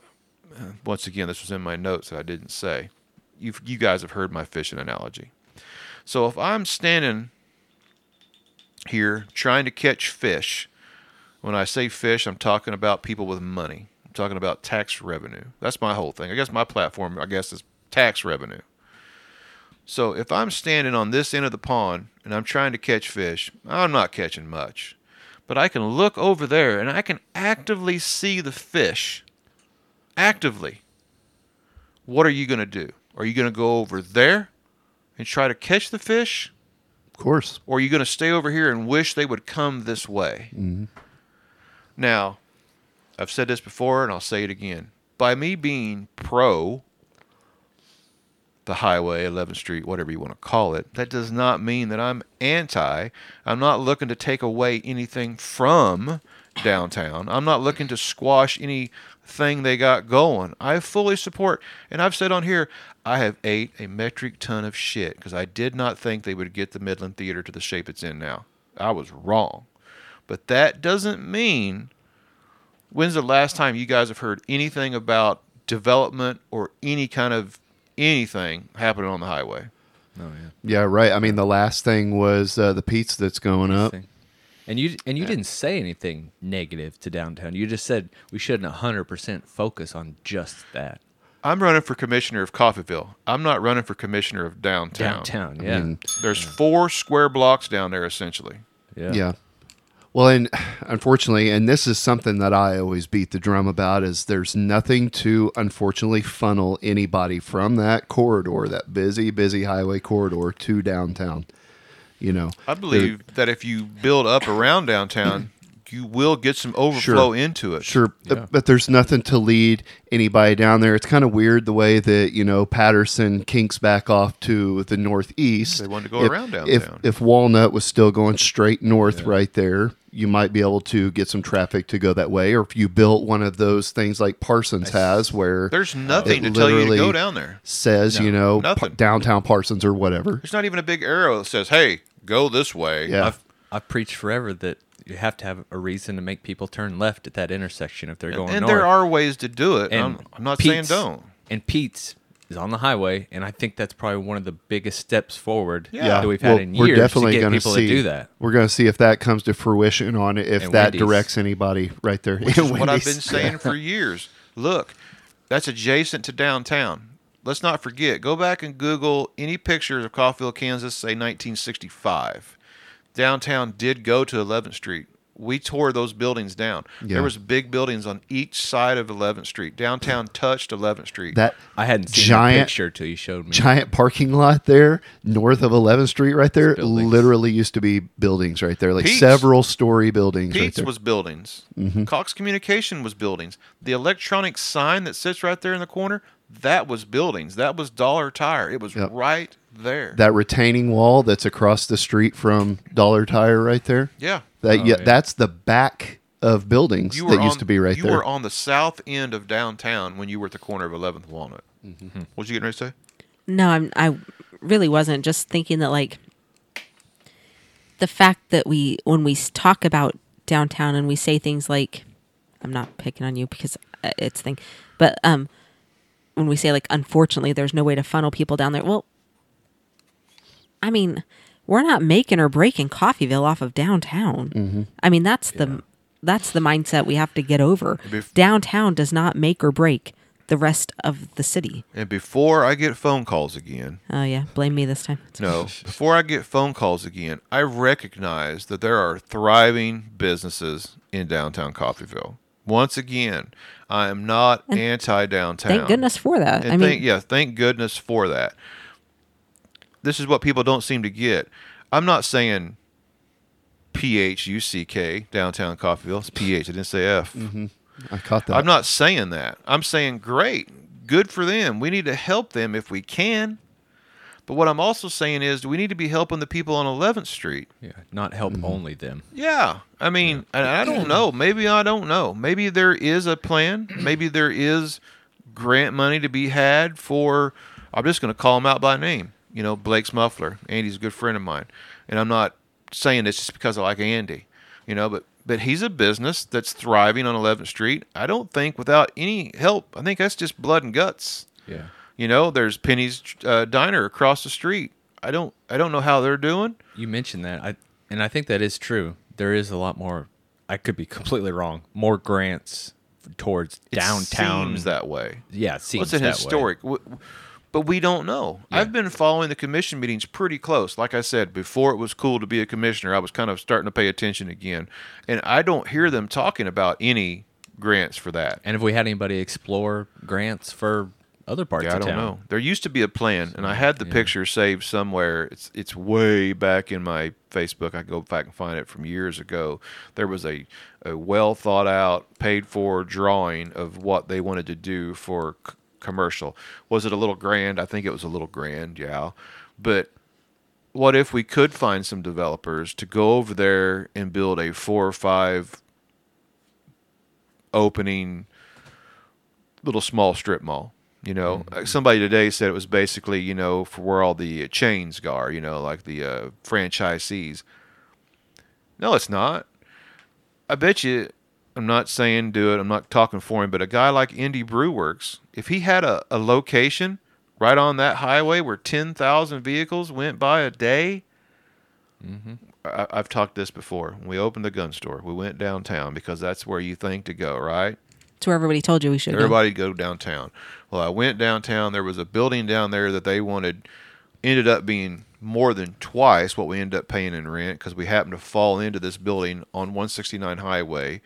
C: uh, once again, this was in my notes that I didn't say. You you guys have heard my fishing analogy. So if I'm standing here trying to catch fish, when I say fish, I'm talking about people with money. I'm talking about tax revenue. That's my whole thing. I guess my platform, I guess, is tax revenue. So if I'm standing on this end of the pond and I'm trying to catch fish, I'm not catching much. But I can look over there and I can actively see the fish. Actively. What are you going to do? Are you going to go over there and try to catch the fish?
D: Of course.
C: or are you going to stay over here and wish they would come this way? Now, I've said this before and I'll say it again. By me being pro the highway, 11th Street, whatever you want to call it, that does not mean that I'm anti. I'm not looking to take away anything from downtown. I'm not looking to squash anything they got going. I fully support, and I've said on here, I have ate a metric ton of shit because I did not think they would get the Midland Theater to the shape it's in now. I was wrong. But that doesn't mean when's the last time you guys have heard anything about development or any kind of anything happening on the highway?
D: Yeah, right. I mean, the last thing was uh, the pizza that's going up.
B: thing. And you and you didn't say anything negative to downtown. You just said we shouldn't hundred percent focus on just that
C: I'm running for commissioner of Coffeeville. I'm not running for commissioner of downtown.
B: downtown. Yeah,
C: There's four square blocks down there essentially.
B: yeah.
D: Yeah. Well, and <sighs> unfortunately, and this is something that I always beat the drum about is there's nothing to unfortunately funnel anybody from that corridor, that busy, busy highway corridor to downtown. You know,
C: I believe that if you build up around
B: <clears throat>
C: downtown, you will get some overflow into it.
D: Sure, but, but there's nothing to lead anybody down there. It's kind of weird the way that you know Patterson kinks back off to the northeast.
C: They wanted to go
D: if,
C: around
D: If,
C: downtown.
D: if Walnut was still going straight north right there, you might be able to get some traffic to go that way. Or if you built one of those things like Parsons has, where
C: There's
B: Uh,
D: it
C: nothing to tell you to go
D: literally
C: down there.
D: says you know pa-
C: nothing.
D: downtown Parsons or whatever.
C: There's not even a big arrow that says, "Hey, go this way."
D: Yeah.
B: I've I've preached forever that you have to have a reason to make people turn left at that intersection if they're going
C: and
B: north.
C: there are ways to do it.
B: and
C: I'm, I'm not
B: Pete's-
C: saying don't.
B: And Pete's is on the highway, and I think that's probably one of the biggest steps forward
C: Yeah.
B: that we've had
D: Well,
B: in years to get
D: gonna
B: people
D: see,
B: to do that.
D: We're going to see if that comes to fruition on it, if
B: And
D: that
B: Wendy's.
D: directs anybody right there. <laughs>
C: Which is what I've been saying for years. Look, that's adjacent to downtown. Let's not forget. Go back and Google any pictures of Coffeeville, Kansas, say 1965. Downtown did go to 11th Street. We tore those buildings down.
D: Yeah.
C: There was big buildings on each side of 11th Street. Downtown touched 11th Street.
D: that
B: I hadn't seen
D: Giant-
B: a picture till you showed me.
D: giant parking lot there north of 11th Street right there
B: buildings.
D: literally used to be buildings right there like
C: Pete's-
D: several story buildings right
C: Pete's
D: there. Mm-hmm.
C: was buildings. Cox Communication was buildings. The electronic sign that sits right there in the corner, that was buildings. That was Dollar Tire. It was
D: Yep.
C: right there.
D: that retaining wall that's across the street from Dollar Tire right there
C: yeah.
D: that yeah,
B: Oh, yeah.
D: that's the back of buildings
C: You were
D: that used
C: on-
D: to be right
C: you
D: there
C: were on the south end of downtown when you were at the corner of 11th Walnut.
D: Mm-hmm.
C: What was you getting ready to say?
E: No, I'm, I really wasn't. Just thinking that, like, the fact that we, when we s- talk about downtown and we say things like, I'm not picking on you because uh, it's thing, but um, when we say like, unfortunately, there's no way to funnel people down there. Well, I mean, we're not making or breaking Coffeeville off of downtown. I mean, that's the that's the mindset we have to get over.
C: Bef-
E: downtown does not make or break the rest of the city.
C: And before I get phone calls again,
E: Oh yeah, blame me this time.
C: <laughs> no, before I get phone calls again, I recognize that there are thriving businesses in downtown Coffeeville. Once again, I am not anti downtown.
E: Thank goodness for that.
C: And
E: I mean,
C: thank, yeah, thank goodness for that. This is what people don't seem to get. I'm not saying P H U C K downtown Coffeeville. It's P H. I didn't say F.
E: Mm-hmm.
D: I caught that.
C: I'm not saying that. I'm saying great, good for them. We need to help them if we can. But what I'm also saying is we need to be helping the people on 11th Street.
B: Yeah, not help
D: Mm-hmm.
B: only them.
C: Yeah, I mean, and
B: <clears throat>
C: I don't know. Maybe I don't know. Maybe there is a plan. Maybe there is grant money to be had for. I'm just going to call them out by name. You know, Blake's Muffler. Andy's a good friend of mine, and I'm not saying this just because I like Andy. You know, but but he's a business that's thriving on 11th Street. I don't think without any help. I think that's just blood and guts.
B: Yeah.
C: You know, there's Penny's uh, Diner across the street. I don't I don't know how they're doing.
B: You mentioned that, I and I think that is true. There is a lot more. I could be <laughs> completely wrong. More grants towards
C: It
B: downtown.
C: seems that way.
B: yeah, it seems
C: What's an
B: that way.
C: historic? W- w- But we don't know. I've been following the commission meetings pretty close. Like I said, before it was cool to be a commissioner, I was kind of starting to pay attention again. And I don't hear them talking about any grants for that.
B: And if we had anybody explore grants for other parts
C: Yeah, I
B: of
C: don't
B: town,
C: know. There used to be a plan, and I had the picture saved somewhere. It's it's way back in my Facebook. I go back and find it from years ago. There was a, a well thought out, paid for drawing of what they wanted to do for c- commercial. Was it a little grand? I think it was a little grand, yeah. But what if we could find some developers to go over there and build a four or five opening little small strip mall. You know, Uh, somebody today said it was basically, you know, for where all the uh, chains are, you know, like the uh, franchisees. No, it's not. I bet you, I'm not saying do it, I'm not talking for him, but a guy like Indy Brewworks, if he had a, a location right on that highway where 10,000 vehicles went by a day, I, I've talked this before. When we opened the gun store, we went downtown because that's where you think to go, right?
E: it's where everybody told you we should. go.
C: Everybody go downtown. Well, I went downtown. There was a building down there that they wanted. Ended up being more than twice what we ended up paying in rent because we happened to fall into this building on 169 Highway,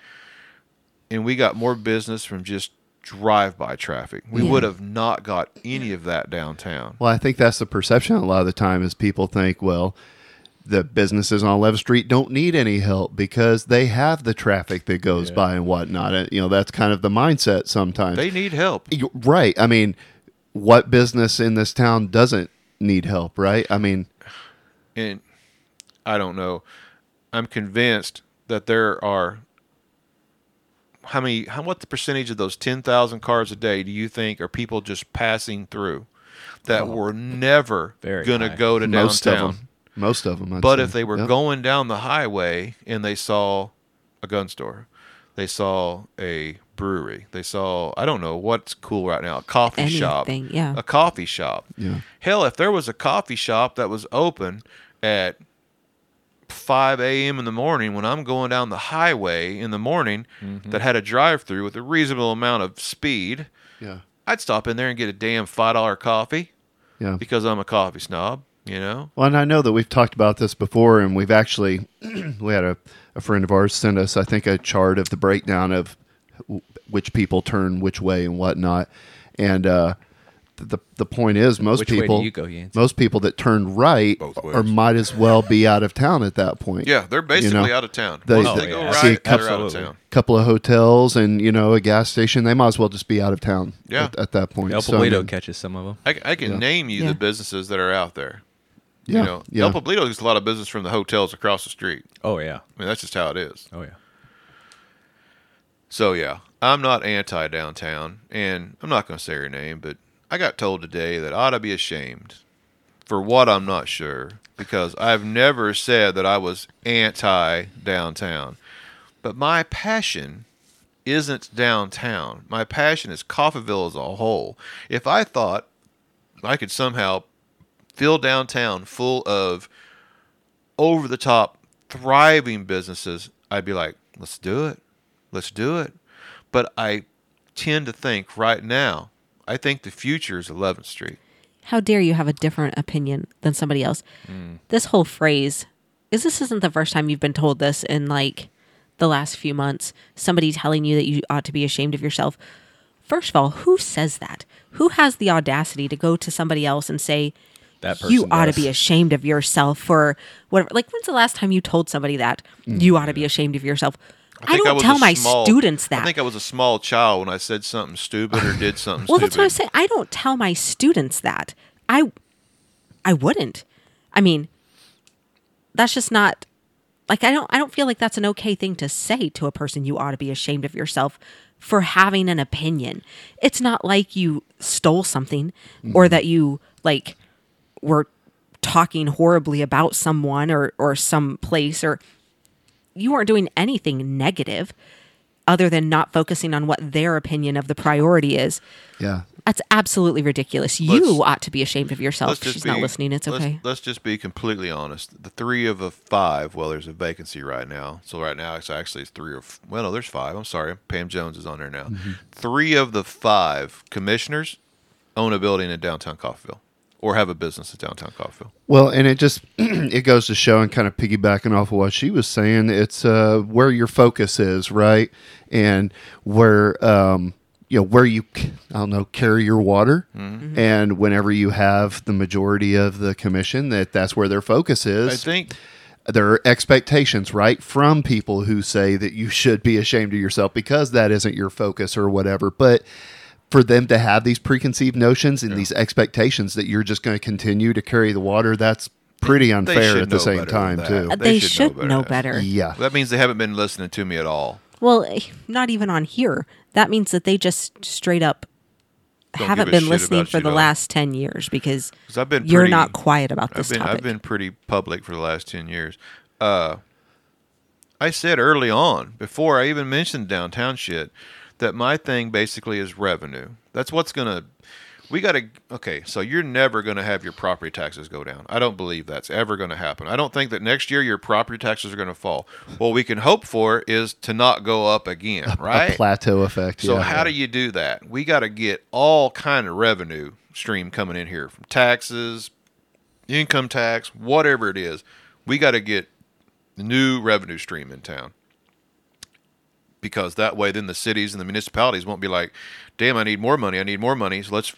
C: and we got more business from just drive-by traffic. We would have not got any of that downtown.
D: Well, I think that's the perception a lot of the time is people think, well, the businesses on 11th Street don't need any help because they have the traffic that goes by and whatnot. And, you know, that's kind of the mindset sometimes.
C: They need help.
D: You- right. I mean, what business in this town doesn't need help, right? I mean,
C: and I don't know. I'm convinced that there are how many how what the percentage of those 10,000 cars a day do you think are people just passing through that were never
B: Oh. very
C: going to
B: high.
C: go to
D: most
C: downtown?
D: of them. Most of them. I'd
C: But
D: say.
C: if they were
D: Yep.
C: going down the highway and they saw a gun store, they saw a brewery, they saw I don't know what's cool right now, a coffee shop,
E: Anything, yeah.
C: a coffee shop.
D: Yeah.
C: Hell, if there was a coffee shop that was open at 5 a.m. in the morning when I'm going down the highway in the morning that had a drive-through with a reasonable amount of speed,
D: Yeah.
C: I'd stop in there and get a damn five dollar coffee
D: Yeah.
C: because I'm a coffee snob. You know,
D: Well, and I know that we've talked about this before, and we've actually <clears throat> we had a, a friend of ours send us, I think, a chart of the breakdown of w- which people turn which way and whatnot. And uh, the the point is, most
B: Which way do
D: people
B: you go, Yancey?
D: most people that turn right or might as well be out of town at that point.
C: yeah, they're basically
D: know,
C: out of town.
D: they-
C: Once they,
D: they-
C: go
D: see a
C: right, they're out of
B: absolutely.
C: town.
D: couple of hotels and you know a gas station, they might as well just be out of town.
C: Yeah.
D: at, at that point.
B: El
D: So, I
B: Polito
D: mean,
B: catches some of them.
C: I, I can name you
E: Yeah.
C: the businesses that are out there.
D: yeah,
C: you know,
D: yeah.
C: El Poblito gets a lot of business from the hotels across the street.
B: Oh yeah,
C: I mean, that's just how it is.
B: oh yeah.
C: So yeah, I'm not anti downtown, and I'm not going to say her name, but I got told today that I ought to be ashamed for what I'm not sure because I've never said that I was anti downtown, but my passion isn't downtown. My passion is Coffeeville as a whole. If I thought I could somehow fill downtown full of over the top thriving businesses, I'd be like, let's do it. Let's do it. But I tend to think right now I think the future is 11th Street.
E: How dare you have a different opinion than somebody else?
C: Mm.
E: This whole phrase is this isn't the first time you've been told this in like the last few months. Somebody telling you that you ought to be ashamed of yourself. First of all, who says that? Who has the audacity to go to somebody else and say
B: That person
E: you ought
B: does.
E: to be ashamed of yourself for whatever? Like, when's the last time you told somebody that you ought to be ashamed of yourself? I,
C: Mm. think
E: don't
C: was
E: tell
C: a
E: my
C: small-
E: students that.
C: I think I was a small child when I said something stupid or did something
E: Well,
C: stupid.
E: that's what I'm saying. I don't tell my students that. I I wouldn't. I mean, that's just not like I don't I don't feel like that's an okay thing to say to a person you ought to be ashamed of yourself for having an opinion. It's not like you stole something or that you like were talking horribly about someone or or some place or you weren't doing anything negative other than not focusing on what their opinion of the priority is.
D: Yeah.
E: That's absolutely ridiculous.
C: Let's-
E: you ought to be ashamed of yourself. Oh, She's not listening. It's
C: let's-
E: okay.
C: Let's, just be completely honest. The three of a five. Well, there's a vacancy right now. So right now it's actually it's three or f- well, no, there's five. I'm sorry. Pam Jones is on there now. Three of the five commissioners own a building in downtown Coffeeville or have a business in downtown Coffeeville.
D: Well, and it just <clears throat> it goes to show and kind of piggybacking off of what she was saying. It's uh, where your focus is, right, and where um, you know where you c- I don't know carry your water, and whenever you have the majority of the commission, that that's where their focus
C: I
D: is.
C: think
D: there are expectations, right, from people who say that you should be ashamed of yourself because that isn't your focus or whatever. But for them to have these preconceived notions and these expectations that you're just going to continue to carry the water, that's pretty unfair
C: should
D: at the
C: know
D: same
C: better
D: time,
C: than
D: too.
C: that.
E: they, should, know better.
D: Yeah.
C: that means they haven't been listening to me at all.
E: Well, eh, not even on here. That means that they just straight up
C: Don't
E: haven't
C: give a
E: been
C: shit
E: listening
C: about
E: for
C: you
E: the
C: at all.
E: last 10 years because
C: 'Cause I've been
E: you're
C: pretty-
E: not quiet about
C: I've
E: this
C: been
E: topic.
C: I've been pretty public for the last ten years. Uh, I said early on, before I even mentioned downtown shit, that my thing basically is revenue. That's what's gonna. We gotta. Okay, so you're never gonna have your property taxes go down. I don't believe that's ever gonna happen. I don't think that next year your property taxes are gonna fall. What we can hope for is to not go up
E: <laughs>
C: again, right?
D: A plateau effect.
C: So
D: yeah.
C: how do you do that? We got to get all kind of revenue stream coming in here from taxes, income tax, whatever it is. We got to get new revenue stream in town. Because that way then the cities and the municipalities won't be like, "Damn, I need more money. I need more money." So let's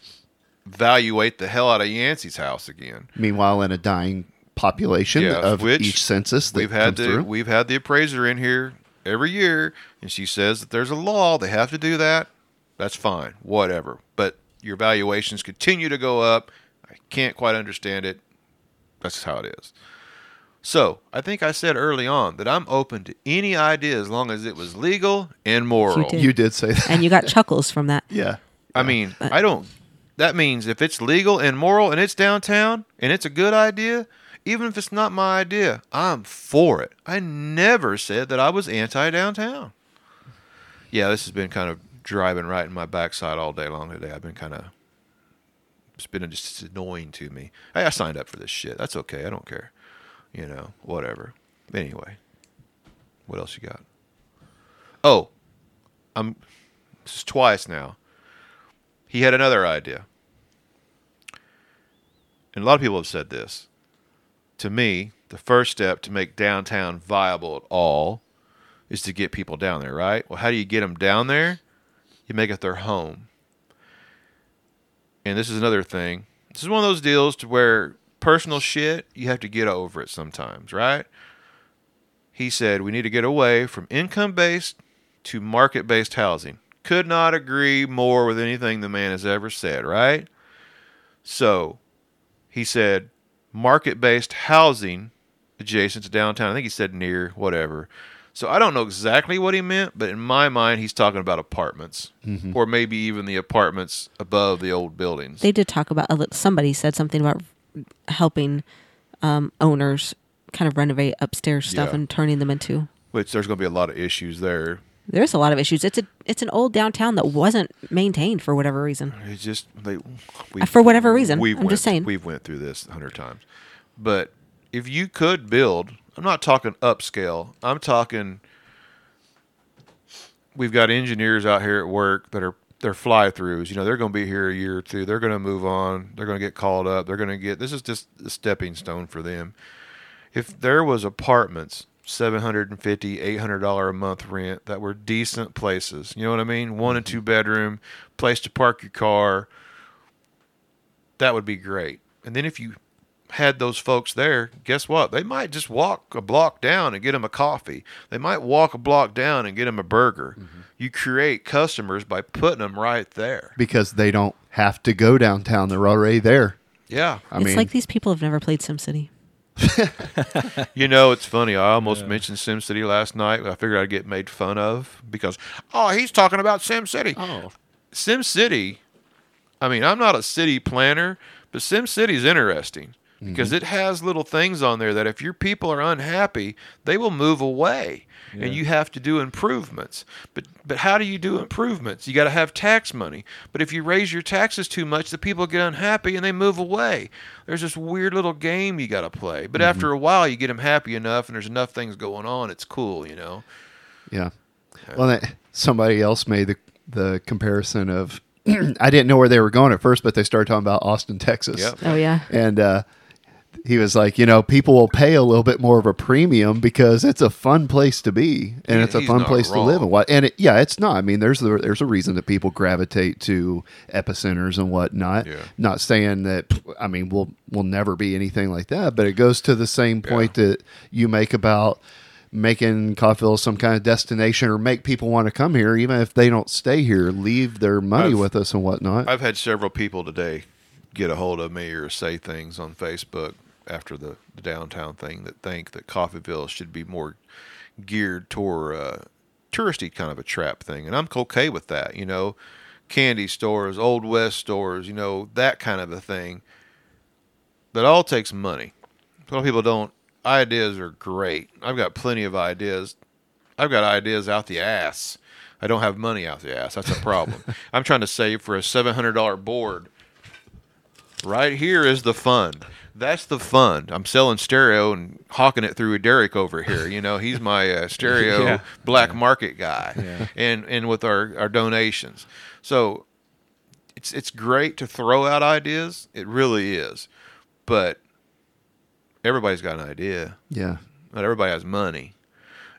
C: valuate the hell out of Yancey's house again.
D: Meanwhile, in a dying population
C: Yeah,
D: of
C: which
D: each census that
C: we've had
D: comes
C: the
D: through.
C: we've had the appraiser in here every year, and she says that there's a law they have to do that. That's fine, whatever. But your valuations continue to go up. I can't quite understand it. That's how it is. So I think I said early on that I'm open to any idea as long as it was legal and moral.
E: did.
D: you did say that.
E: and
C: <laughs>
E: you got chuckles from that.
D: <laughs> yeah.
C: I mean, I don't. That means if it's legal and moral and it's downtown and it's a good idea, even if it's not my idea, I'm for it. I never said that I was anti downtown. Yeah, this has been kind of driving right in my backside all day long today. I've been kind of. It's been just annoying to me. Hey, I signed up for this shit. That's okay. I don't care. You know, whatever. Anyway, what else you got? Oh, I'm. This is twice now he had another idea. And a lot of people have said this. To me, the first step to make downtown viable at all is to get people down there, right? Well, how do you get them down there? You make it their home. And this is another thing. This is one of those deals to where personal shit, you have to get over it sometimes, right? He said, we need to get away from income based to market based housing. Could not agree more with anything the man has ever said, right? So he said, market based housing adjacent to downtown. I think he said near, whatever. So I don't know exactly what he meant, but in my mind, he's talking about apartments or maybe even the apartments above the old buildings.
E: They did talk about, a lit- somebody said something about helping um, owners kind of renovate upstairs stuff
C: Yeah.
E: and turning them into
C: which there's going to be a lot of issues there.
E: there's a lot of issues. It's a it's an old downtown that wasn't maintained for whatever reason.
C: It's just they we,
E: Uh, For whatever reason.
C: We've
E: I'm
C: went,
E: just saying.
C: We've went through this a hundred times, but if you could build, I'm not talking upscale. I'm talking. We've got engineers out here at work that are their fly throughs. You know, they're going to be here a year or two. They're going to move on. They're going to get called up. They're going to get. This is just a stepping stone for them. If there was apartments, 750 800 dollar a month rent that were decent places. You know what I mean? One and two bedroom, place to park your car. That would be great. And then if you had those folks there, guess what? They might just walk a block down and get them a coffee. They might walk a block down and get them a burger. You create customers by putting them right there.
D: because they don't have to go downtown. They're already there.
C: Yeah.
D: I
E: it's
D: mean,
E: like these people have never played SimCity.
C: You know, it's funny. I almost mentioned SimCity last night. I figured I'd get made fun of because, oh, he's talking about SimCity.
D: oh,
C: SimCity, I mean, I'm not a city planner, but SimCity is interesting because it has little things on there that if your people are unhappy, they will move away and you have to do improvements. But but how do you do improvements? You got to have tax money. But if you raise your taxes too much, the people get unhappy and they move away. There's this weird little game you got to play. But after a while, you get them happy enough and there's enough things going on, it's cool, you know.
D: yeah. Well, that, somebody else made the the comparison of <clears throat> I didn't know where they were going at first, but they started talking about Austin, Texas.
C: Yep.
E: Oh yeah.
D: and uh, he was like, you know, people will pay a little bit more of a premium because it's a fun place to be and
C: He-
D: it's a
C: he's
D: fun
C: not
D: place
C: wrong.
D: to live. And what? And it, yeah, it's not. I mean, there's the, there's a reason that people gravitate to epicenters and whatnot.
C: Yeah.
D: Not saying that. I mean, we'll we'll never be anything like that, but it goes to the same point that you make about making Coffeeville some kind of destination or make people want to come here, even if they don't stay here, leave their money
C: I've-
D: with us and whatnot.
C: I've had several people today get a hold of me or say things on Facebook after the, the downtown thing that think that Coffeeville should be more geared toward a touristy kind of a trap thing, and I'm okay with that. You know, candy stores, old west stores, you know, that kind of a thing. That all takes money. A lot of people don't. Ideas are great. I've got plenty of ideas. I've got ideas out the ass. I don't have money out the ass. That's
B: <laughs>
C: a problem. I'm trying to save for a seven hundred dollar board. Right here is the fund. That's the fund. I'm selling stereo and hawking it through a Derek over here. You know, he's my
B: <laughs>
C: uh, stereo
B: Yeah.
C: black market guy, and and with our our donations. So it's it's great to throw out ideas. It really is, but everybody's got an idea
D: yeah.
C: not everybody has money.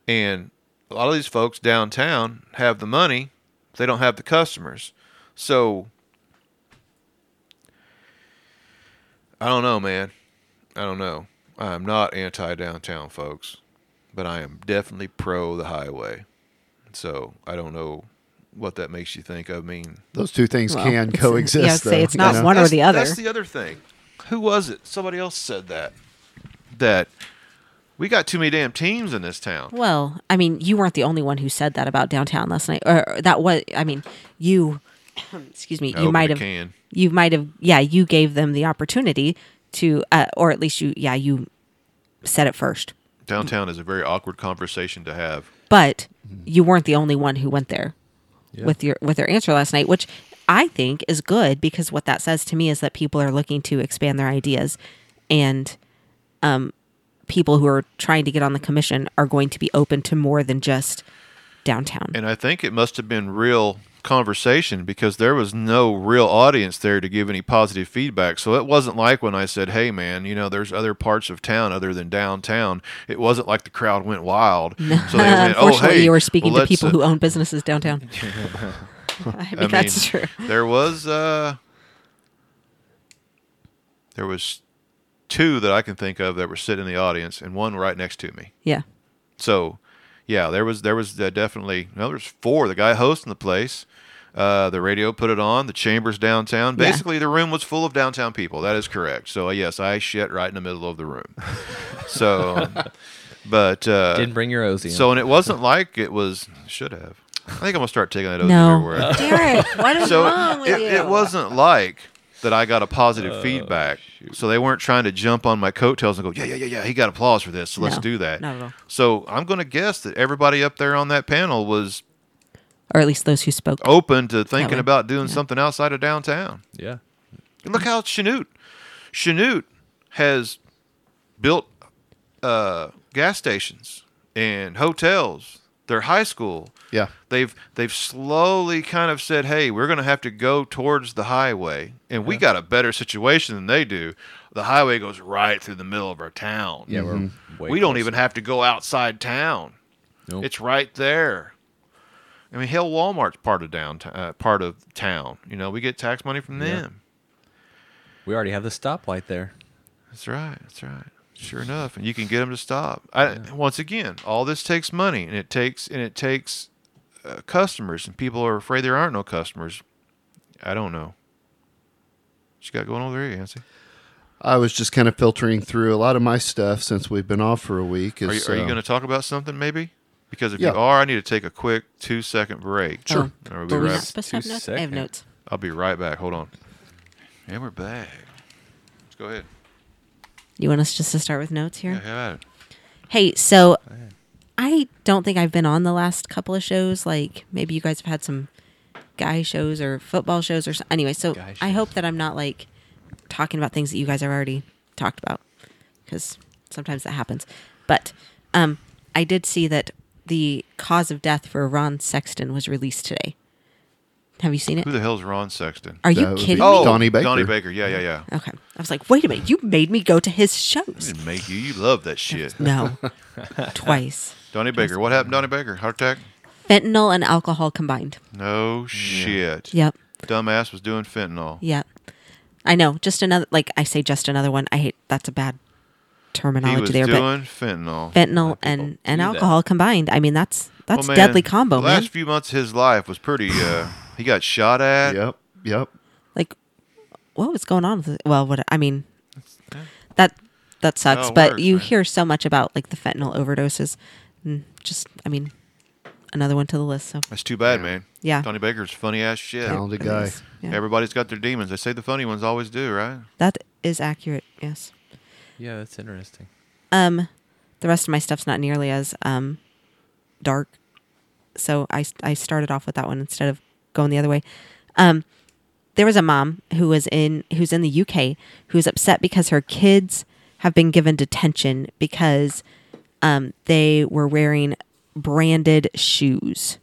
C: And a lot of these folks downtown have the money, they don't have the customers. So I don't know, man. I don't know. I am not anti downtown folks, but I am definitely pro the highway. So I don't know what that makes you think. I mean,
D: Those two things
E: Well,
D: can
E: it's-
D: coexist.
E: yeah, I'd say
D: though,
E: it's not
D: you know?
E: one or
C: that's-
E: the other.
C: That's the other thing. Who was it? Somebody else said that. That we got too many damn teams in this town.
E: Well, I mean, you weren't the only one who said that about downtown last night. Or or that was, I mean, you. <clears throat> excuse me.
C: opened
E: You might
C: a
E: have.
C: can.
E: You might have. Yeah, you gave them the opportunity to, uh, or at least you. Yeah, you said it first,
C: Downtown is a very awkward conversation to have.
E: but
C: Mm-hmm.
E: you weren't the only one who went there with your with their answer last night, which I think is good because what that says to me is that people are looking to expand their ideas, and um, people who are trying to get on the commission are going to be open to more than just downtown.
C: And I think it must have been real conversation because there was no real audience there to give any positive feedback. So it wasn't like when I said, "Hey man, you know, there's other parts of town other than downtown." It wasn't like the crowd went
E: <laughs>
C: wild. So they went, "Oh,
E: Uh, Unfortunately,
C: hey,
E: you were speaking
C: well, let's,
E: to people
C: uh,
E: who own businesses downtown. <laughs> I mean,
C: <laughs> I
E: that's
C: mean,
E: true.
C: There was uh there was two that I can think of that were sitting in the audience and one right next to me.
E: Yeah.
C: So, yeah, there was there was uh, definitely no. There's four. The guy hosting the place, uh, the radio put it on. The chambers downtown.
E: Yeah.
C: Basically, the room was full of downtown people. That is correct. So uh, yes, I shit right in the middle of the room. so, but uh,
B: Didn't bring your Ozy. in.
C: so and it wasn't like it was should have. I think I'm gonna start taking that over
E: No,
C: everywhere
E: <laughs> Derek, what is wrong
C: so
E: with
C: it,
E: you?
C: it wasn't like that I got a positive feedback. So they weren't trying to jump on my coattails and go, yeah, yeah, yeah, yeah, he got applause for this. So let's
E: No,
C: do that.
E: not at all.
C: So I'm going to guess that everybody up there on that panel was
E: or at least those who spoke.
C: open to thinking
E: way.
C: about doing something outside of downtown.
B: yeah.
C: And look how Chanute, Chanute has built uh, gas stations and hotels They're high school.
D: Yeah.
C: They've they've slowly kind of said, "Hey, we're going to have to go towards the highway." And we got a better situation than they do. The highway goes right through the middle of our town. Yeah,
B: we're
D: Mm-hmm.
B: way
C: we don't
B: closer.
C: even have to go outside town.
B: Nope.
C: It's right there. I mean, hell, Walmart's part of downtown, uh, part of town. You know, we get tax money from them.
B: We already have the stoplight there.
C: That's right. That's right. Sure enough, and you can get them to stop. I, Once again, all this takes money, and it takes and it takes uh, customers, and people are afraid there aren't no customers. I don't know. What you got going over there, Yancy?
D: I was just kind of filtering through a lot of my stuff since we've been off for a week.
C: Are you,
D: is,
C: are you
D: uh,
C: going to talk about something maybe? Because if
D: Yeah.
C: you are, I need to take a quick two second break.
E: Sure.
C: And I'll be
E: Are we
C: right-
E: Oh. not supposed to have
B: Two
E: notes? I have
B: seconds.
E: notes.
C: I'll be right back. Hold on. And we're back. Let's go ahead.
E: You want us just to start with notes here?
C: Yeah, have at it.
E: Hey, so I don't think I've been on the last couple of shows. Like maybe you guys have had some guy shows or football shows or so. anyway. So
B: Guy
E: I
B: shows.
E: hope that I'm not like talking about things that you guys have already talked about because sometimes that happens. But um, I did see that the cause of death for Ron Sexton was released today. Have you seen it?
C: Who the hell's Ron Sexton?
E: Are you
D: That would be-
E: kidding me?
D: Oh. Donnie Baker.
C: Donnie Baker. Yeah, yeah, yeah.
E: Okay. I was like, wait a minute. You made me go to his shows.
C: Didn't make you. You love that shit.
E: No,
D: <laughs>
E: twice.
C: Donnie Baker. What happened, Donnie Baker? Heart attack?
E: Fentanyl and alcohol combined.
C: No shit.
E: Yep.
C: Dumbass was doing fentanyl.
E: Yeah. I know. Just another, like I say, just another one. I hate that's a bad
C: He
E: terminology
C: was
E: there,
C: doing fentanyl.
E: but fentanyl and, and
B: do
E: alcohol combined. I mean, that's that's
C: Well, man,
E: a deadly combo,
C: The
E: man.
C: last few months of his life was pretty. Uh, he got shot at.
D: Yep. Yep.
E: like, what was going on with it? Well, what I mean, that that sucks.
C: it
E: but
C: works,
E: you
C: man.
E: hear so much about like the fentanyl overdoses. And just, I mean, another one to the list. So
C: That's too bad, man.
E: Yeah.
C: Donnie Baker's funny ass shit.
D: Talented guy.
E: Yeah.
C: Everybody's got their demons. They say the funny ones always do, right?
E: that is accurate. Yes.
B: Yeah, that's interesting.
E: Um, the rest of my stuff's not nearly as um dark, so I I started off with that one instead of going the other way. Um, there was a mom who was in who's in the UK who's upset because her kids have been given detention because um they were wearing branded shoes,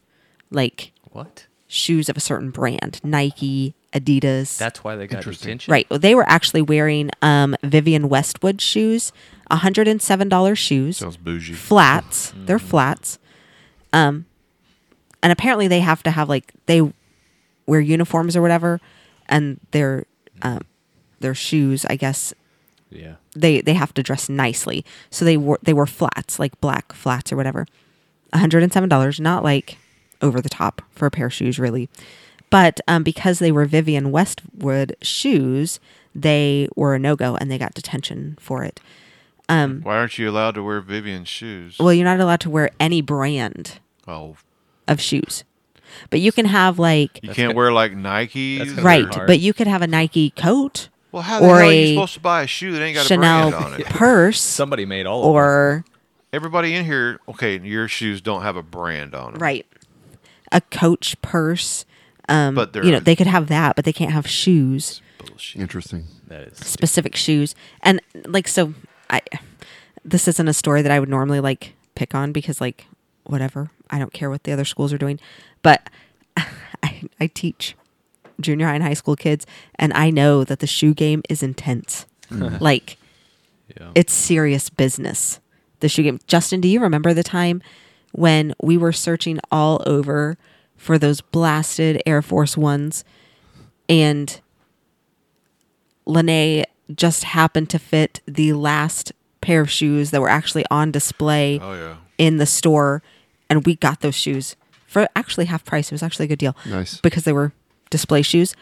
E: like
B: What?
E: shoes of a certain brand, Nike, Adidas.
B: That's why they got detention.
E: Right. Well, they were actually wearing um, Vivian Westwood shoes, $107 shoes,
C: Sounds bougie.
E: flats. They're flats. Um, and apparently they have to have like, they wear uniforms or whatever, and their, um, their shoes, I guess,
B: Yeah.
E: they they have to dress nicely. So they wore they wore flats, like black flats or whatever. $107, not like over the top for a pair of shoes really. But um, because they were Vivian Westwood shoes, they were a no-go and they got detention for it.
C: Why aren't you allowed to wear Vivian's shoes?
E: Well, you're not allowed to wear any brand
C: Oh,
E: of shoes. But you can have like
C: you can't wear like Nikes.
B: kinda
E: right,
B: hard.
E: but you could have a Nike coat,
C: Well, how the
E: Or
C: hell are you
E: a
C: supposed to buy a shoe that ain't got a
E: Chanel
C: brand
E: <laughs>
C: on it?
E: purse,
B: Somebody made all of them.
E: or
C: Everybody in here, okay, your shoes don't have a brand on them.
E: right, a Coach purse. Um,
C: But they're
E: you know they could have that, but they can't have shoes.
C: Bullshit.
D: Interesting.
B: That is
E: specific shoes and like so i this isn't a story that i would normally like pick on because like whatever i don't care what the other schools are doing but <laughs> i, I teach junior high and high school kids and i know that the shoe game is intense like
B: Yeah.
E: it's serious business the shoe game justin do you remember the time when we were searching all over for those blasted air force ones and Lene just happened to fit the last pair of shoes that were actually on display
C: Oh, yeah.
E: in the store, and we got those shoes for actually half price. It was actually a good deal.
D: Nice.
E: because they were display shoes,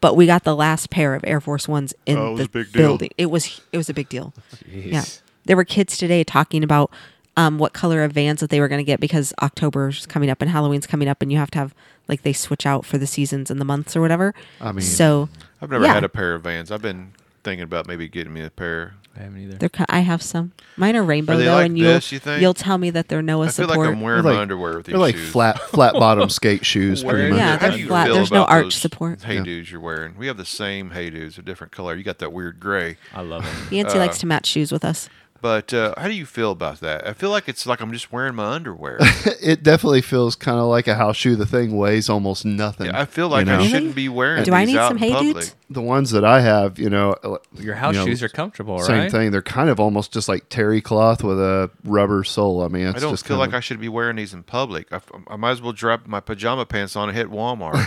E: but we got the last pair of Air Force Ones in
C: Oh, it was
E: the
C: a big deal.
E: building. It was it was a big deal. Yeah, there were kids today talking about um, what color of Vans that they were going to get because October's coming up and Halloween's coming up, and you have to have like they switch out for the seasons and the months or whatever.
D: I mean-
E: so
C: I've never
E: Yeah.
C: had a pair of Vans. I've been thinking about maybe getting me a pair.
B: I haven't either.
E: They're ki- I have some. Mine are rainbow
C: they
E: though,
C: like
E: and you'll
C: this, you think?
E: will tell me that they're Noah
C: I feel
E: support.
C: like I'm wearing
D: They're
C: my
D: like-
C: underwear with these
D: They're like
C: shoes.
D: flat
C: <laughs>
D: flat bottom skate shoes, pretty
B: Wearing
D: much.
E: Yeah,
C: How
E: they're
C: do you
E: flat.
C: feel
E: There's no
C: about
E: arch
C: those <laughs>
E: support.
C: Hey
D: Yeah.
C: dudes, you're wearing. We have the same hey dudes, a different color. You got that weird gray.
B: I love them.
C: Uh,
E: Yancy likes to match shoes with us.
C: But uh, how do you feel about that? I feel like it's like I'm just wearing my
D: <laughs>
C: underwear.
D: It definitely feels kind of like a house shoe. The thing weighs almost nothing.
C: I feel like
D: you know?
C: I
E: Really?
C: shouldn't be wearing.
E: Do I
C: these
E: need
C: out
E: some
C: in
E: Hey
C: public.
E: Dudes?
D: the ones that I have, you know, uh,
B: Your house
D: you know,
B: shoes are comfortable,
D: same
B: right?
D: thing. They're kind of almost just like terry cloth with a rubber sole. I mean, it's
C: I don't
D: just
C: feel
D: kind
C: like I should be wearing these in public. I, I might as well drop my pajama pants on and hit
D: <laughs>
C: Walmart.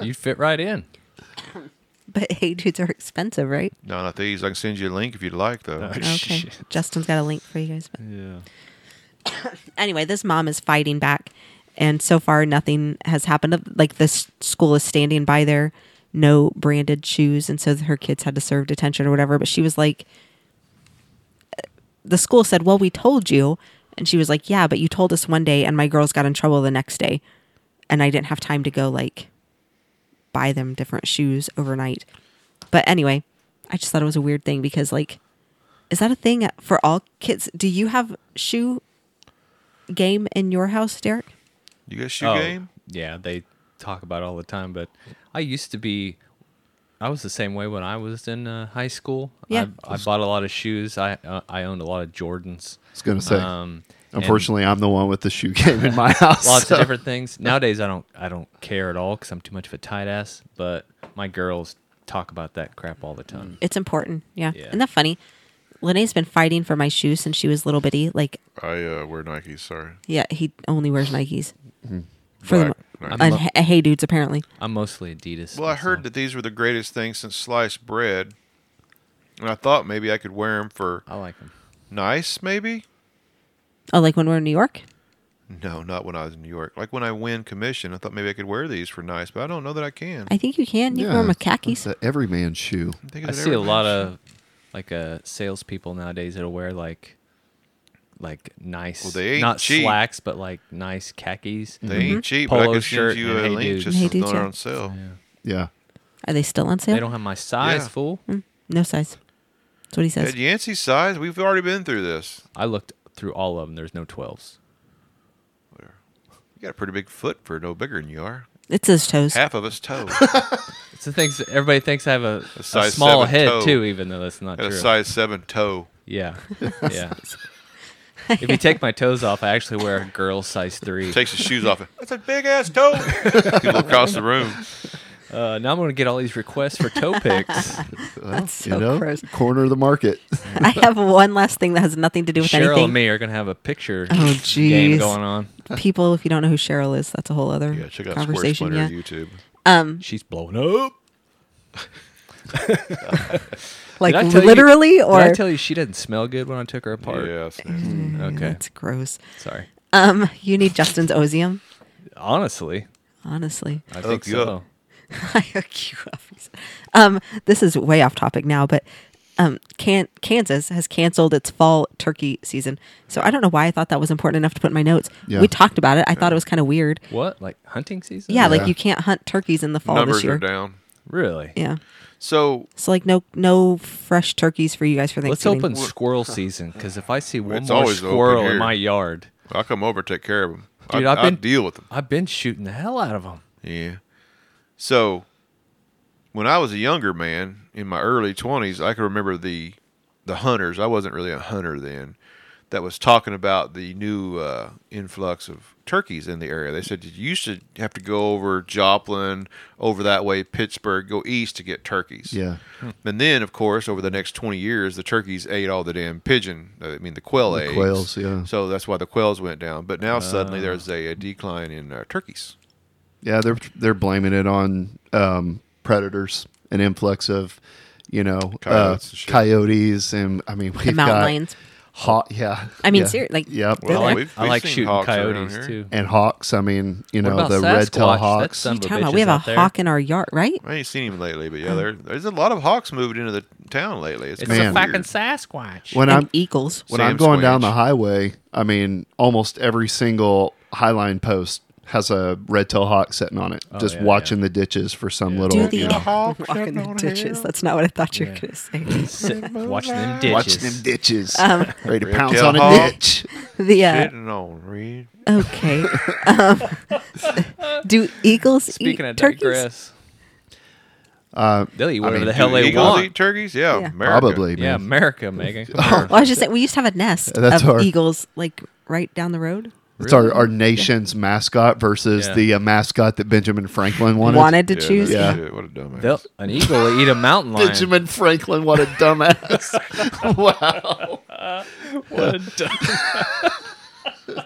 B: You fit right in.
E: But <laughs> hey, dudes are expensive, right?
C: no, not these. I can send you a link if you'd like, though.
E: Okay.
B: Shit.
E: Justin's got a link for you guys. But. Yeah. <coughs> anyway, this mom is fighting back, and so far nothing has happened. Like this school is standing by their no branded shoes, and so her kids had to serve detention or whatever. But she was like, the school said, "Well, we told you," and she was like, "Yeah, but you told us one day, and my girls got in trouble the next day, and I didn't have time to go like buy them different shoes overnight." But anyway, I just thought it was a weird thing because like is that a thing for all kids? Do you have shoe game in your house, Derek?
C: You got shoe
B: Oh,
C: game?
B: Yeah, they talk about it all the time. But I used to be, I was the same way when I was in uh, high school.
E: Yeah.
B: I, I bought a lot of shoes. I uh, I owned a lot of Jordans.
D: I was going to say.
B: Um, and
D: Unfortunately, I'm the one with the shoe game in my house.
B: <laughs> lots
C: <laughs>
D: so-
B: of different things. Nowadays, I don't I don't care at all because I'm too much of a tight ass. But my girls talk about that crap all the
C: Mm.
B: time.
E: It's important. Yeah.
B: Yeah.
E: Isn't that funny? Lene's been fighting for my shoes since she was little bitty. Like,
C: I uh, wear Nikes. Sorry.
E: yeah, he only wears Nikes. For the,
C: Black
E: and Hey- hey dudes, apparently.
B: I'm mostly Adidas.
C: Well, I heard
B: myself.
C: that these were the greatest things since sliced bread, and I thought maybe I could wear them for
B: I like them.
C: nice, maybe.
E: Oh, like when we're in New York?
C: No, not when I was in New York. Like when I win commission, I thought maybe I could wear these for nice, but I don't know that I can.
E: I think you can. You
D: Yeah,
E: can wear them with
D: it's-
E: khakis.
D: It's a everyman's shoe.
C: think
B: I
C: of it
B: see a
C: everywhere.
B: lot of like uh salespeople nowadays that'll wear like like nice
C: Well, they ain't
B: not
C: cheap.
B: slacks but like nice khakis.
C: They ain't cheap, but I
B: Polo
C: could
B: shirt
C: send you
B: and
C: a
B: Hey
C: link
B: Dudes.
C: just
E: Mm-hmm.
C: so
E: Hey Dudes,
C: they're
E: yeah.
C: on sale.
D: Yeah.
E: Are they still on sale?
B: They don't have my size,
C: Yeah. Mm-hmm.
B: fool.
E: no size. That's what he says.
C: At Yancey's size, we've already been through this.
B: I looked through all of them. There's no 12s.
C: You got a pretty big foot for no bigger than you are.
E: It's his toes.
C: Half of
E: <laughs>
C: us toe.
B: It's the things everybody thinks I have a, a
C: size
B: small
C: seven
B: head
C: toe.
B: too, even though that's not
C: Got a
B: true.
C: size seven toe. <laughs>
B: Yeah, yeah. if you take my toes off, I actually wear a girl size three.
C: Takes his shoes
E: <laughs>
C: off. That's a big ass toe. People across the room.
B: Uh, now I'm going to get all these requests for toe pics.
E: That's so
D: you know, <laughs>
E: gross.
D: corner of the market.
E: I have one last thing that has nothing to do with
B: Cheryl
E: anything.
B: and me are going to have a picture
E: Oh,
B: game
E: jeez.
B: going on.
E: People, if you don't know who Cheryl is, that's a whole other
C: Yeah, check out Square
E: conversation.
C: Splinter
E: Yeah.
C: YouTube.
B: She's blowing up.
E: like
B: Did I tell you-
E: literally or
B: did I tell you she didn't smell good when I took her apart?
C: Yeah,
E: <laughs>
C: it's nasty.
B: Okay,
E: Mm, that's gross.
B: sorry.
E: Um, you need Justin's osium,
B: Honestly,
E: honestly. <laughs>
B: I think
C: you up.
B: so.
E: I hook you up. He said. Um, this is way off topic now, but um, can- Kansas has canceled its fall turkey season. So I don't know why I thought that was important enough to put in my notes.
D: Yeah.
E: We talked about it. I thought it was kind of weird.
B: What? Like hunting season?
E: Yeah,
D: Yeah.
E: like you can't hunt turkeys in the fall
C: Numbers
E: this year.
C: are down.
B: Really?
E: Yeah.
C: So
E: So like no no fresh turkeys for you guys for
B: Let's open
E: Thanksgiving.
B: squirrel season because if I see one
C: It's
B: more
C: always open
B: squirrel in
C: here.
B: my yard,
C: I'll come over and take care of them.
B: Dude,
C: I,
B: I've
C: I
B: been-
C: deal with them.
B: I've been shooting the hell out of them.
C: Yeah. So when I was a younger man in my early twenties, I can remember the the hunters. I wasn't really a hunter then. That was talking about the new uh, influx of turkeys in the area. They said you used to have to go over Joplin, over that way, Pittsburgh, go east to get turkeys.
D: Yeah.
C: Hmm. And then, of course, over the next 20 years, the turkeys ate all the damn pigeon. uh, I mean, the quail eggs.
D: quails, yeah. Uh.
C: So that's why the quails went down. But now suddenly there's a, a decline in uh, turkeys.
D: Yeah, they're they're blaming it on um, predators, an influx of, you know,
C: Coyotes and
D: uh,
C: shit.
D: coyotes, and I mean we've
E: the mountain
D: got
E: lions.
D: hawk. Yeah,
E: I mean,
D: yeah,
E: seriously, like
D: yep,
E: they're
C: Well,
E: there.
C: we- We've-
B: I
C: we've
B: like
C: seen
B: shooting
C: hawks around
B: coyotes
C: here.
B: too.
D: and hawks. I mean, you
B: What
D: know,
B: about
D: the
B: Sasquatch?
D: red tail
B: That
D: hawks.
B: son of
E: You
B: a
E: talking about-
B: bitch
E: we
B: is
E: have a
B: out there.
E: hawk in our yard, right?
C: I ain't seen him lately, but yeah, there, there's a lot of hawks moved into the town lately. It's,
B: It's
C: kinda
D: Man.
B: a
C: weird.
B: fucking Sasquatch.
D: When
E: and
D: I'm
E: eagles.
D: when
C: Sam
D: I'm going down
C: Squatch.
D: the highway, I mean, almost every single highline post has a red tail hawk sitting on it, just
B: Oh, yeah,
D: watching the ditches for some little.
E: Do the
D: you know,
E: walk in the ditches. That's not what I thought you were going to say.
B: Sit- watch them ditches.
D: watching them ditches, <laughs> ready to
C: Red
D: pounce
C: tail
D: on a
C: hawk.
D: ditch.
E: The uh,
C: Sitting on reed.
E: okay. Um, <laughs> do eagles
B: Speaking
E: eat
B: of
E: turkeys?
B: digress,
D: Uh,
B: They'll eat
D: I
B: whatever
D: mean,
B: the
D: do
B: hell they
C: Eagles
B: want.
C: eat turkeys? Yeah,
E: Yeah.
C: America.
D: Probably.
B: yeah,
D: man.
B: America,
D: <laughs>
B: Megan. Come
D: Oh.
B: here.
E: Well, I was just saying we used to have a nest
D: That's
E: of
D: hard.
E: eagles like right down the road.
D: It's our, our nation's mascot versus
B: Yeah.
D: the uh, mascot that Benjamin Franklin wanted.
E: Wanted, to
C: Yeah,
E: choose.
C: that's
E: Yeah.
C: it. What a dumbass.
B: They'll- an eagle will eat a
D: <laughs>
B: mountain lion.
D: Benjamin Franklin, what a <laughs> dumbass. wow.
B: What a dumb-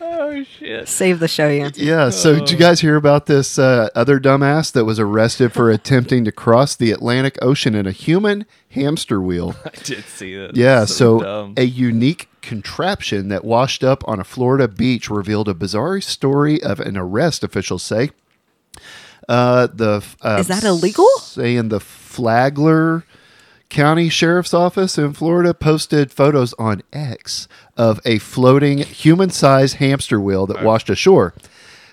B: oh shit!
E: Save the show, yeah.
D: Yeah. So, did you guys hear about this uh, other dumbass that was arrested for attempting to cross the Atlantic Ocean in a human hamster wheel?
B: <laughs> I did see that.
D: Yeah.
B: That's
D: So,
B: dumb.
D: a unique contraption that washed up on a Florida beach revealed a bizarre story of an arrest, officials say. Uh, the f- uh,
E: Is that illegal?
D: Saying the Flagler County Sheriff's Office in Florida posted photos on X of a floating human-sized hamster wheel that washed ashore.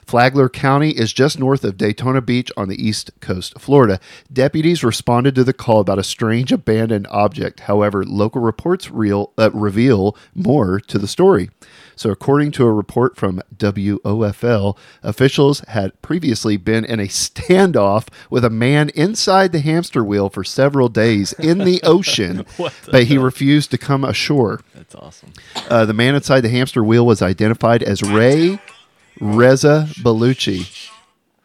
D: Flagler County is just north of Daytona Beach on the east coast of Florida. Deputies responded to the call about a strange abandoned object. However, local reports real, uh, reveal more to the story. So, according to a report from WOFL, officials had previously been in a standoff with a man inside the hamster wheel for several days
B: <laughs>
D: in the ocean, but he refused to come ashore.
B: that's awesome.
D: Uh, the man inside the hamster wheel was identified as Ray Reza Bellucci.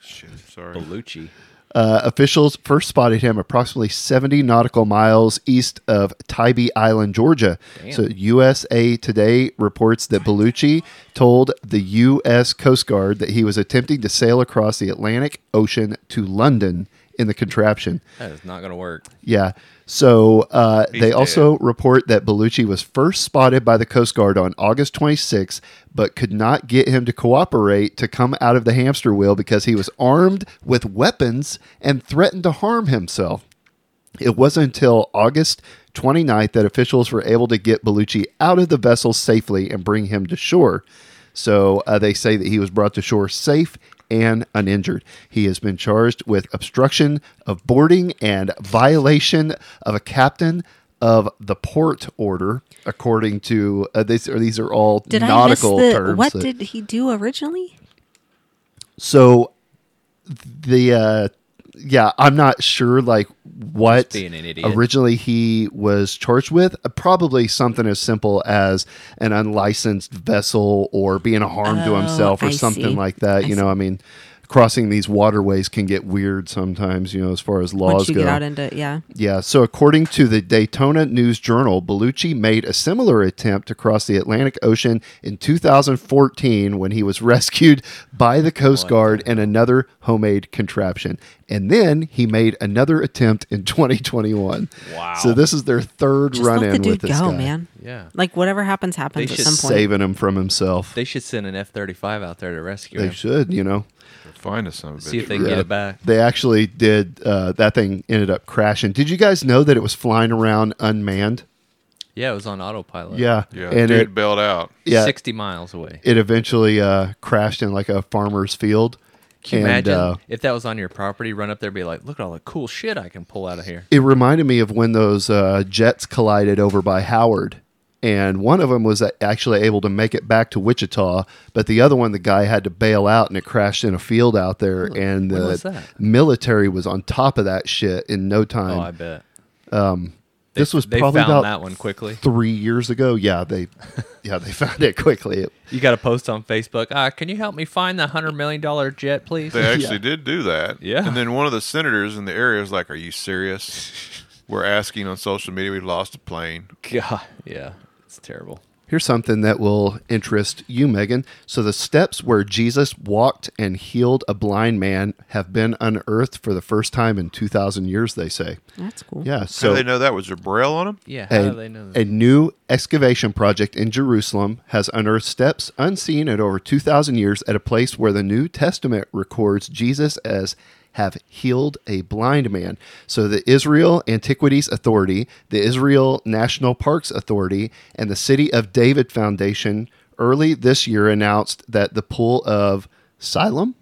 C: Shit, sorry.
B: Bellucci.
D: Uh, officials first spotted him approximately 70 nautical miles east of Tybee Island, Georgia. So, USA Today reports that Bellucci told the U.S. Coast Guard that he was attempting to sail across the Atlantic Ocean to London in the contraption.
B: That is not gonna work.
D: Yeah. So uh, they
C: dead.
D: also report that Bellucci was first spotted by the Coast Guard on August 26th, but could not get him to cooperate to come out of the hamster wheel because he was armed with weapons and threatened to harm himself. It wasn't until August 29th that officials were able to get Bellucci out of the vessel safely and bring him to shore. So uh, they say that he was brought to shore safe and uninjured. He has been charged with obstruction of boarding and violation of a captain of the port order, according to uh, these. Or these are all
E: Did
D: nautical
E: I miss the
D: terms.
E: what
D: that-
E: did he do originally?
D: so the uh yeah, I'm not sure like what
B: being an idiot.
D: originally he was charged with. Uh, Probably something as simple as an unlicensed vessel or being a harm to
E: Oh,
D: himself or
E: I
D: something
E: see.
D: like that.
E: I
D: you know,
E: see.
D: I mean, crossing these waterways can get weird sometimes. You know, as far as laws
E: Once you
D: go.
E: get out into yeah.
D: Yeah. So, according to the Daytona News Journal, Bellucci made a similar attempt to cross the Atlantic Ocean in 2014 when he was <laughs> rescued by the Coast Guard in another homemade contraption. And then he made another attempt in 2021.
B: Wow.
D: So, this is their third
E: Just
D: run
E: let
D: in
E: the dude
D: with
E: go,
D: this guy.
E: man.
B: Yeah.
E: Like whatever happens, happens
B: They
E: at
B: should
E: some point.
D: Saving him from himself.
B: They should send an F thirty five out there to rescue
D: They
B: him.
D: should, you know.
C: Find us some.
B: See if they can get it back.
D: They actually did. Uh, that thing ended up crashing. Did you guys know that it was flying around unmanned?
B: Yeah, it was on autopilot.
D: Yeah.
C: Yeah,
D: And
C: dude
D: it,
C: bailed out.
D: yeah,
B: sixty miles away.
D: it eventually uh, crashed in like a farmer's field.
B: Can you
D: and,
B: imagine
D: uh,
B: if that was on your property? Run up there, and be like, "Look at all the cool shit I can pull out of here."
D: it reminded me of when those uh, jets collided over by Howard. And one of them was a- actually able to make it back to Wichita, but the other one, the guy had to bail out and it crashed in a field out there. and
B: when
D: the
B: was that?
D: military was on top of that shit in no time.
B: Oh, I bet.
D: this was
B: they
D: probably
B: found
D: about
B: that one quickly.
D: three years ago. Yeah, they, yeah, they <laughs> found it quickly. It-
B: You got to post on Facebook. Uh, can you help me find the hundred million dollar jet, please? <laughs>
C: They actually did do that.
B: Yeah.
C: And then one of the senators in the area was like, "Are you serious?"
B: <laughs>
C: We're asking on social media. We lost a plane.
B: God, yeah, it's terrible.
D: Here's something that will interest you, Megan. So, the steps where Jesus walked and healed a blind man have been unearthed for the first time in 2,000 years, they say.
E: That's cool.
D: Yeah.
C: So
D: So,
C: they know that was there braille on them.
B: Yeah, how
D: a,
B: do they know? That?
D: a new excavation project in Jerusalem has unearthed steps unseen in over 2,000 years at a place where the New Testament records Jesus as have healed a blind man. So the Israel Antiquities Authority, the Israel National Parks Authority, and the City of David Foundation early this year announced that the pool of Siloam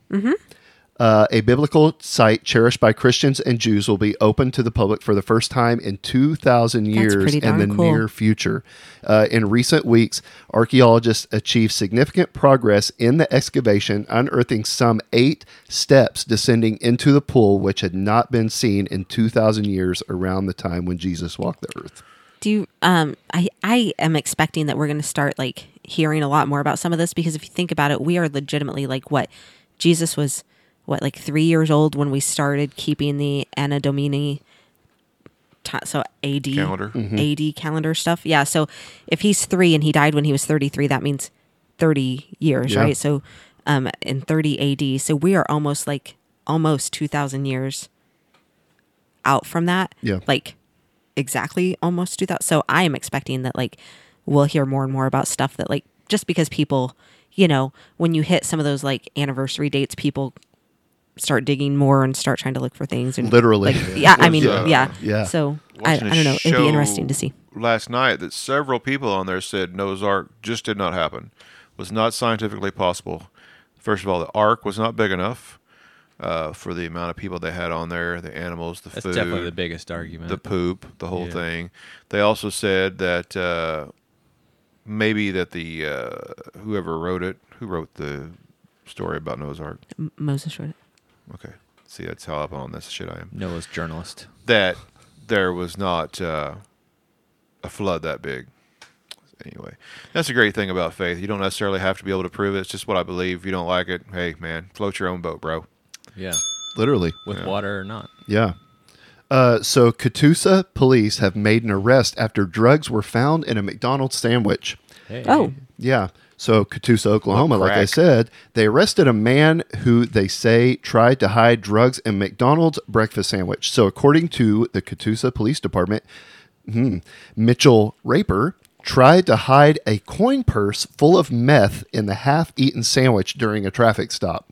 D: Uh, a biblical site cherished by Christians and Jews will be open to the public for the first time in 2,000 years
E: pretty
D: in the
E: darn cool.
D: near future. Uh, in recent weeks, archaeologists achieved significant progress in the excavation, unearthing some eight steps descending into the pool, which had not been seen in 2,000 years around the time when Jesus walked the earth.
E: Do you, um, I, I am expecting that we're going to start like hearing a lot more about some of this because if you think about it, we are legitimately like what Jesus was, what like three years old when we started keeping the Anno Domini, ti- so AD
C: Calendar.
E: AD calendar stuff. Yeah. So if he's three and he died when he was 33, that means 30 years,
D: Yeah.
E: right? So, um, in 30 AD. So we are almost like almost 2000 years out from that.
D: Yeah.
E: Like exactly almost 2000. So I am expecting that like we'll hear more and more about stuff that like just because people, you know, when you hit some of those like anniversary dates, people start digging more and start trying to look for things and
D: Literally.
E: like, yeah, I mean,
D: Yeah.
E: yeah, yeah.
D: Yeah.
E: So I, I
C: Watching a
E: don't know. It'd be
C: show
E: interesting to see.
C: Last night, that several people on there said Noah's Ark just did not happen, was not scientifically possible. First of all, the Ark was not big enough uh, for the amount of people they had on there, the animals, the
B: That's
C: food,
B: definitely the biggest argument.
C: the poop, the whole thing. They also said that uh, maybe that the uh, whoever wrote it, who wrote the story about Noah's Ark,
E: M- Moses wrote it.
C: okay, see that's how up on this shit I am.
B: Noah's journalist.
C: that there was not uh, a flood that big. Anyway, that's the great thing about faith. You don't necessarily have to be able to prove it. It's just what I believe. If you don't like it, hey, man, float your own boat, bro.
B: Yeah.
D: Literally.
B: With water or not.
D: Yeah. Uh, so, Catoosa police have made an arrest after drugs were found in a McDonald's sandwich.
B: Hey.
E: Oh,
D: Yeah. So, Catoosa, Oklahoma, like I
C: crack.
D: said, they arrested a man who they say tried to hide drugs in McDonald's breakfast sandwich. So, according to the Catoosa Police Department, hmm, Mitchell Raper tried to hide a coin purse full of meth in the half eaten sandwich during a traffic stop.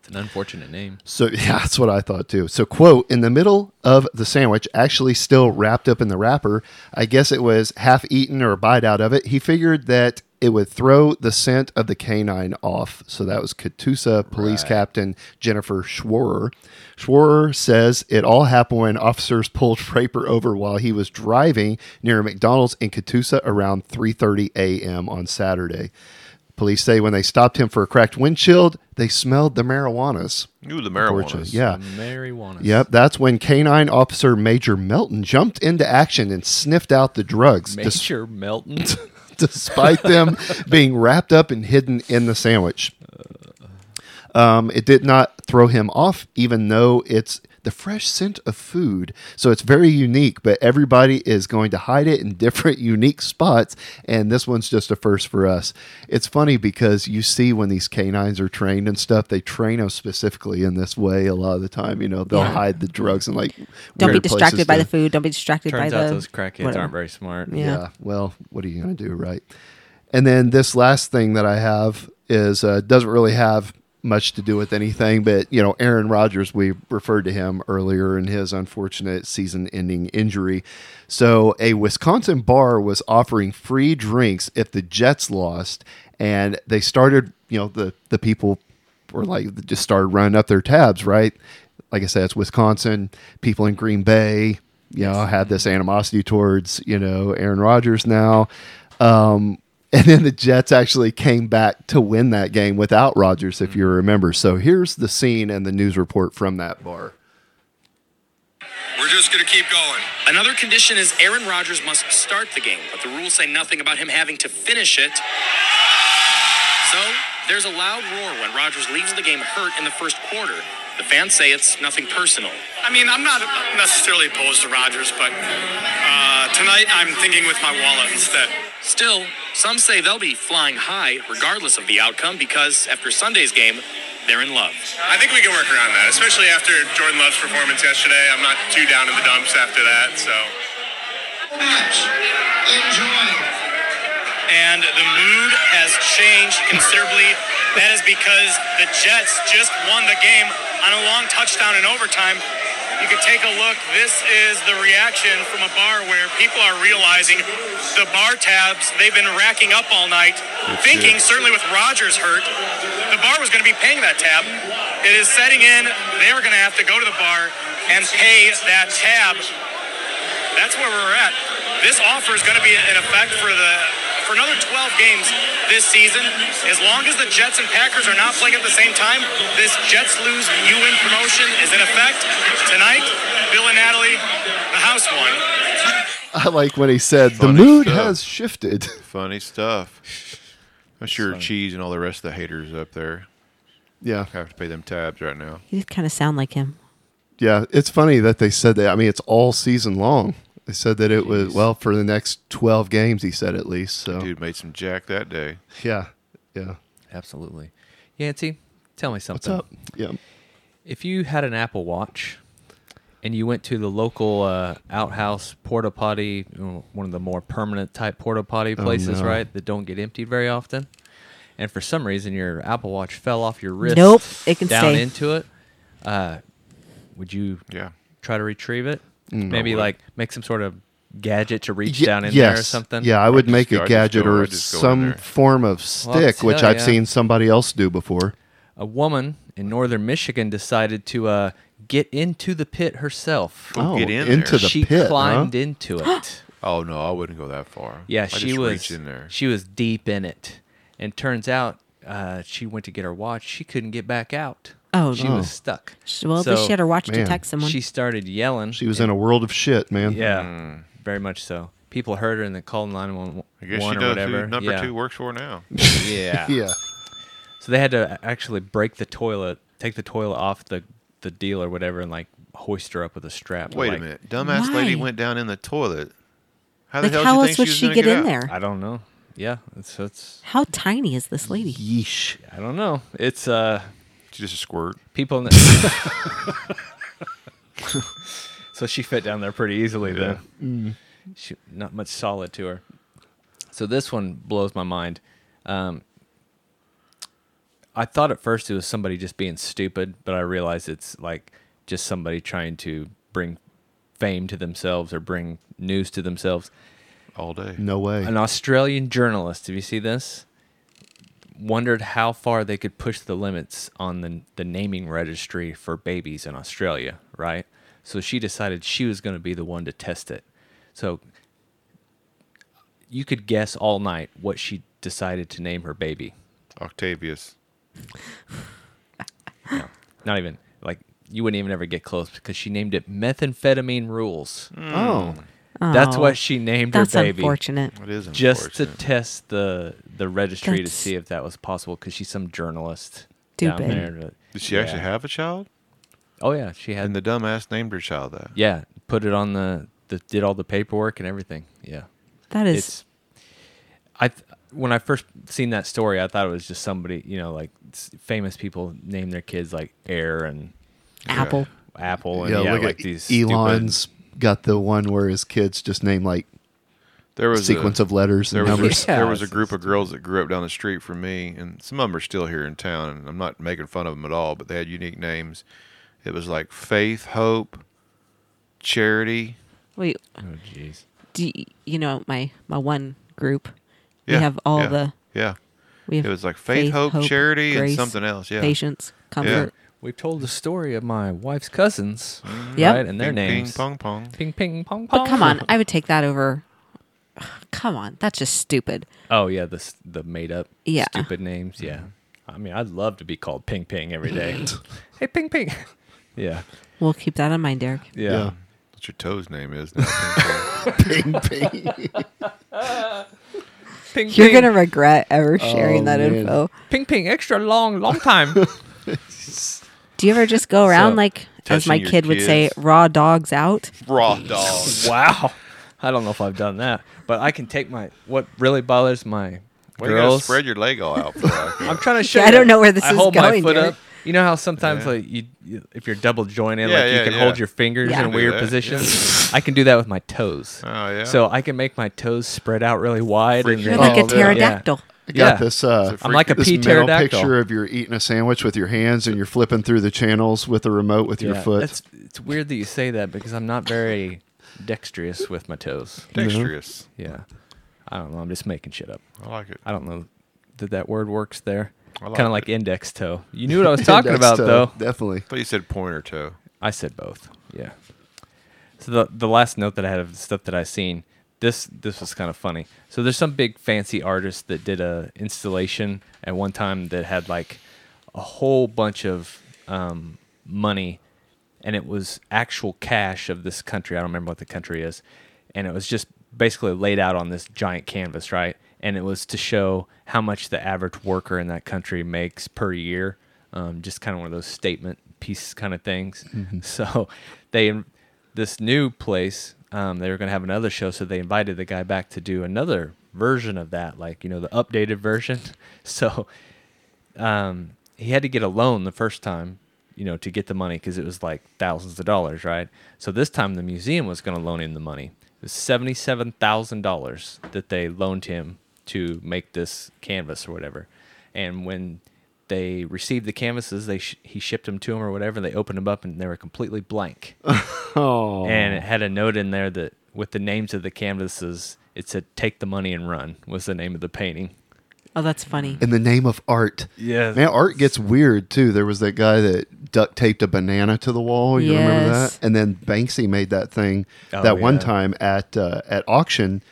B: It's an unfortunate name.
D: So <laughs> yeah, that's what I thought too. So quote in the middle of the sandwich, actually still wrapped up in the wrapper. I guess it was half eaten or a bite out of it. He figured that it would throw the scent of the canine off. So that was Catoosa Police Captain Jennifer Schwarer. Schwarer says it all happened when officers pulled <laughs> Raper over while he was driving near a McDonald's in Catoosa around 3:30 a.m. on Saturday. Police say when they stopped him for a cracked windshield, they smelled the marijuanas.
C: Ooh, the
D: Torture.
C: marijuana.
D: Yeah.
B: Mm. Marijuana.
D: Yep. That's when canine officer Major Melton jumped into action and sniffed out the drugs, des-
B: Major
E: <laughs>
B: Melton.
D: <laughs> despite them being wrapped up and hidden in the sandwich. Um, it did not throw him off, even though it's the fresh scent of food. So it's very unique, but everybody is going to hide it in different unique spots. And this one's just a first for us. It's funny because you see when these canines are trained and stuff, they train them specifically in this way a lot of the time. You know, they'll
E: Yeah.
D: hide the drugs and like.
E: don't be
D: weird places
E: distracted by
D: to-
E: the food. Don't be distracted by
B: Turns
E: the.
B: out those crackheads
E: whatever.
B: aren't very smart.
E: Yeah.
D: yeah. Well, what are you going to do, right? And then this last thing that I have is uh, doesn't really have much to do with anything, but you know, Aaron Rodgers. We referred to him earlier in his unfortunate season-ending injury. So, a Wisconsin bar was offering free drinks if the Jets lost, and they started. You know, the the people were like just started running up their tabs, right? Like I said, it's Wisconsin. People in Green Bay, you know, had this animosity towards you know Aaron Rodgers now, um, <laughs> and then the Jets actually came back to win that game without Rodgers, if you
C: Mm.
D: remember. So here's the scene and the news report from that bar.
I: We're just going to keep going. Another condition is Aaron Rodgers must start the game, but the rules say nothing about him having to finish it. So there's a loud roar when Rodgers leaves the game hurt in the first quarter. The fans say it's nothing personal. I mean, I'm not necessarily opposed to Rodgers, but uh, tonight I'm thinking with my wallet instead. Still, some say they'll be flying high regardless of the outcome because after Sunday's game, they're in love.
J: I think we can work around that, especially after Jordan Love's performance yesterday. I'm not too down in the dumps after that, so.
I: and the mood has changed considerably. That is because the Jets just won the game on a long touchdown in overtime. You can take a look. This is the reaction from a bar where people are realizing the bar tabs they've been racking up all night, thinking certainly with Rodgers hurt, the bar was going to be paying that tab. It is setting in. They are going to have to go to the bar and pay that tab. That's where we're at. This offer is going to be in effect for the for another 12 games this season. As long as the Jets and Packers are not playing at the same time, this Jets lose, you win promotion is in effect tonight. Bill and Natalie, the house won.
D: I like when he said
C: Funny
D: the mood
C: stuff.
D: has shifted. <laughs>
C: Funny stuff. I'm sure Cheese and all the rest of the haters up there
D: yeah,
C: have to pay them tabs right now.
E: You kind of sound like him.
D: yeah. It's funny that they said that. I mean, it's all season long. They said that it was well for the next twelve games. He said at least. So
C: Dude made some jack that day.
D: yeah, yeah.
B: Absolutely. Yancy, tell me
D: What's
B: something.
D: up? Yeah.
B: If you had an Apple Watch and you went to the local uh, outhouse porta potty, you know, one of the more permanent type porta potty places,
D: Oh, no.
B: right, that don't get emptied very often, and for some reason your Apple Watch fell off your wrist,
E: Nope, it can
B: down
E: stay.
B: into it, uh, would you
C: Yeah.
B: try to retrieve it? Maybe like make some sort of gadget to reach
D: Ye-
B: down in there or
D: yes.
B: something.
D: Yeah, I would
C: just
D: make
C: go- I
D: a
C: just
D: gadget
C: go- I
D: or
C: just go in
D: some
C: there.
D: form of stick, which
B: tell
D: I've
B: ya.
D: seen somebody else do before.
B: a woman in northern Michigan decided to uh, get into the pit herself.
C: Oh, get in
D: into
C: there.
D: the
B: she
D: pit. huh?
B: climbed into
E: <gasps>
B: it. <gasps>
C: Oh no, I wouldn't go that far.
B: yeah,
C: I
B: she
C: just
B: was
C: reach in there.
B: she was deep in it, and turns out uh, she went to get her watch. She couldn't get back out.
E: Oh,
B: she
E: no.
B: was stuck.
E: Sh- Well, at least she had her watch to
D: man,
E: text someone.
B: She started yelling.
D: She was in a world of shit, man.
B: yeah, very much so. People heard her and then called nine one one
C: Hmm. I guess she
B: or
C: does
B: whatever.
C: who number
B: yeah.
C: two works for now.
B: yeah,
C: <laughs>
D: Yeah.
B: So they had to actually break the toilet, take the toilet off the the deal or whatever, and like hoist her up with a strap.
C: Wait
B: Like,
C: a minute. Dumbass lady
E: why?
C: went down in the toilet. How the
E: like,
C: hell
E: how
C: did you
E: else
C: think
E: would
C: she, was
E: she
C: gonna
E: get in
C: out?
E: there?
B: I don't know. Yeah, it's it's.
E: How tiny is this lady?
D: Yeesh.
B: I don't know. It's uh
C: She just a squirt.
B: people. In the- <laughs> so she fit down there pretty easily. Then she, not much solid to her. So this one blows my mind. Um, I thought at first it was somebody just being stupid, but I realized it's like just somebody trying to bring fame to themselves or bring news to themselves.
C: All day.
D: No way.
B: an Australian journalist. Did you see this? Wondered how far they could push the limits on the the naming registry for babies in Australia, right? So she decided she was going to be the one to test it. So you could guess all night what she decided to name her baby.
C: Octavius.
B: Not even like you wouldn't even ever get close because she named it methamphetamine rules.
D: Oh.
B: That's
E: Oh,
B: what she named
E: That's
B: her baby.
E: unfortunate.
C: It is
B: just to
C: unfortunate.
B: test the the registry
E: That's
B: to see if that was possible because she's some journalist down
E: Stupid.
B: there. that-
C: Did she actually
B: yeah.
C: have a child?
B: Oh yeah, she had.
C: And the dumbass named her child that.
B: yeah, put it on the, the did all the paperwork and everything. Yeah,
E: That is
B: it's. I th- when I first seen that story, I thought it was just somebody you know like s- famous people name their kids like Air and
E: Apple.
B: Apple and
D: Yeah,
B: yeah,
D: look
B: like
D: at
B: these
D: Elon's got the one where his kids just name like
C: There was
D: sequence
C: a,
D: of letters
C: there
D: and
C: was,
D: numbers.
C: a,
B: Yeah,
C: there was a
B: it's-
C: group of girls that grew up down the street from me, and some of them are still here in town. And I'm not making fun of them at all, but they had unique names. It was like faith, hope, charity.
E: Wait,
B: stupid- oh jeez.
E: do you, you know my my one group?
C: Yeah,
E: we have all
C: yeah,
E: the
C: yeah.
E: we have
C: It was like faith, hope, charity, and
E: grace,
C: something else, yeah.
E: patience, <laughs> comfort.
B: We've told the story of my wife's cousins,
E: Yep.
B: right, and their
C: ping,
B: names.
C: Ping, pong, pong.
B: Ping, ping, pong, pong.
E: But come on, I would take that over. <sighs> Come on, that's just stupid.
B: Oh yeah, the s- the made up
E: Yeah.
B: stupid names. Yeah,
C: Mm-hmm.
B: I mean, I'd love to be called Ping Ping every
C: <laughs>
B: day. hey, Ping Ping. <laughs> yeah,
E: We'll keep that in mind, Derek.
B: yeah.
D: Yeah.
C: That's your toes name is.
B: <laughs>
C: Now. <laughs> Ping, pong.
D: Ping, <laughs> ping.
B: Ping
E: <laughs> You're
B: Ping.
E: gonna regret ever sharing that
D: man.
E: info.
B: Ping Ping extra long, long
C: <laughs>
B: time.
E: Do you ever just go around
B: So,
E: like, as my
C: touching your
E: kid would say,
C: kids.
E: "raw dogs out"?
C: Raw dog.
B: wow. I don't know if I've done that, but I can take my. What really bothers my
C: Well, you gotta
B: girls.
C: spread your leg all out. before I
B: <laughs>
C: go.
B: I'm
E: <laughs>
B: trying to show.
E: I
B: you
E: don't
B: that
E: know where this
B: I
E: is
B: hold my
E: going,
B: foot
E: Derek.
B: up. You know how sometimes
C: Yeah.
B: like you, you, if you're double jointed,
C: Yeah,
B: like
C: yeah,
B: you can
C: yeah.
B: hold your fingers
E: Yeah.
B: in
E: Do
B: weird
C: that,
B: positions. I can do that with my toes.
C: Oh, yeah?
B: So I can make my toes spread out really wide
C: Freak
B: and
E: You're
B: then
E: like
D: Oh,
E: a
D: yeah.
E: pterodactyl.
D: I
B: Yeah.
D: got this. Uh,
B: I'm like a
D: this
B: pea
D: mental
B: pterodactyl.
D: picture of you're eating a sandwich with your hands and you're flipping through the channels with a remote with your
B: Yeah,
D: foot.
B: It's, it's weird that you say that because I'm not very dexterous with my toes.
C: dexterous.
B: Yeah. I don't know. I'm just making shit up.
C: I like it.
B: I don't know that that word works there.
C: I liked
B: kind of like index toe. You knew what
D: <laughs>
B: I was talking
D: Index
B: about,
D: toe,
B: though.
D: uh, Definitely.
C: But you said pointer toe.
B: I said both. Yeah. So the the last note that I had of the stuff that I seen, this this was kind of funny. So there's some big fancy artist that did a installation at one time that had like a whole bunch of um, money, and it was actual cash of this country. I don't remember what the country is, and it was just basically laid out on this giant canvas, right? And it was to show how much the average worker in that country makes per year. Um, just kind of one of those statement piece kind of things. <laughs> So they this new place um, they were going to have another show, so they invited the guy back to do another version of that, like you know the updated version. <laughs> So um, he had to get a loan the first time, you know, to get the money because it was like thousands of dollars, right? So this time the museum was going to loan him the money. It was seventy-seven thousand dollars that they loaned him to make this canvas or whatever. And when they received the canvases, they sh- he shipped them to him or whatever. They opened them up and they were completely blank.
D: Oh,
B: And it had a note in there that with the names of the canvases, it said "Take the money and run" was the name of the painting.
E: Oh, that's funny.
D: in the name of art.
B: Yeah.
D: Man, art gets weird too. There was that guy that duct taped a banana to the wall. You remember
E: Yes.
D: that? And then Banksy made that thing
B: Oh,
D: that one
B: yeah.
D: time at uh, at auction.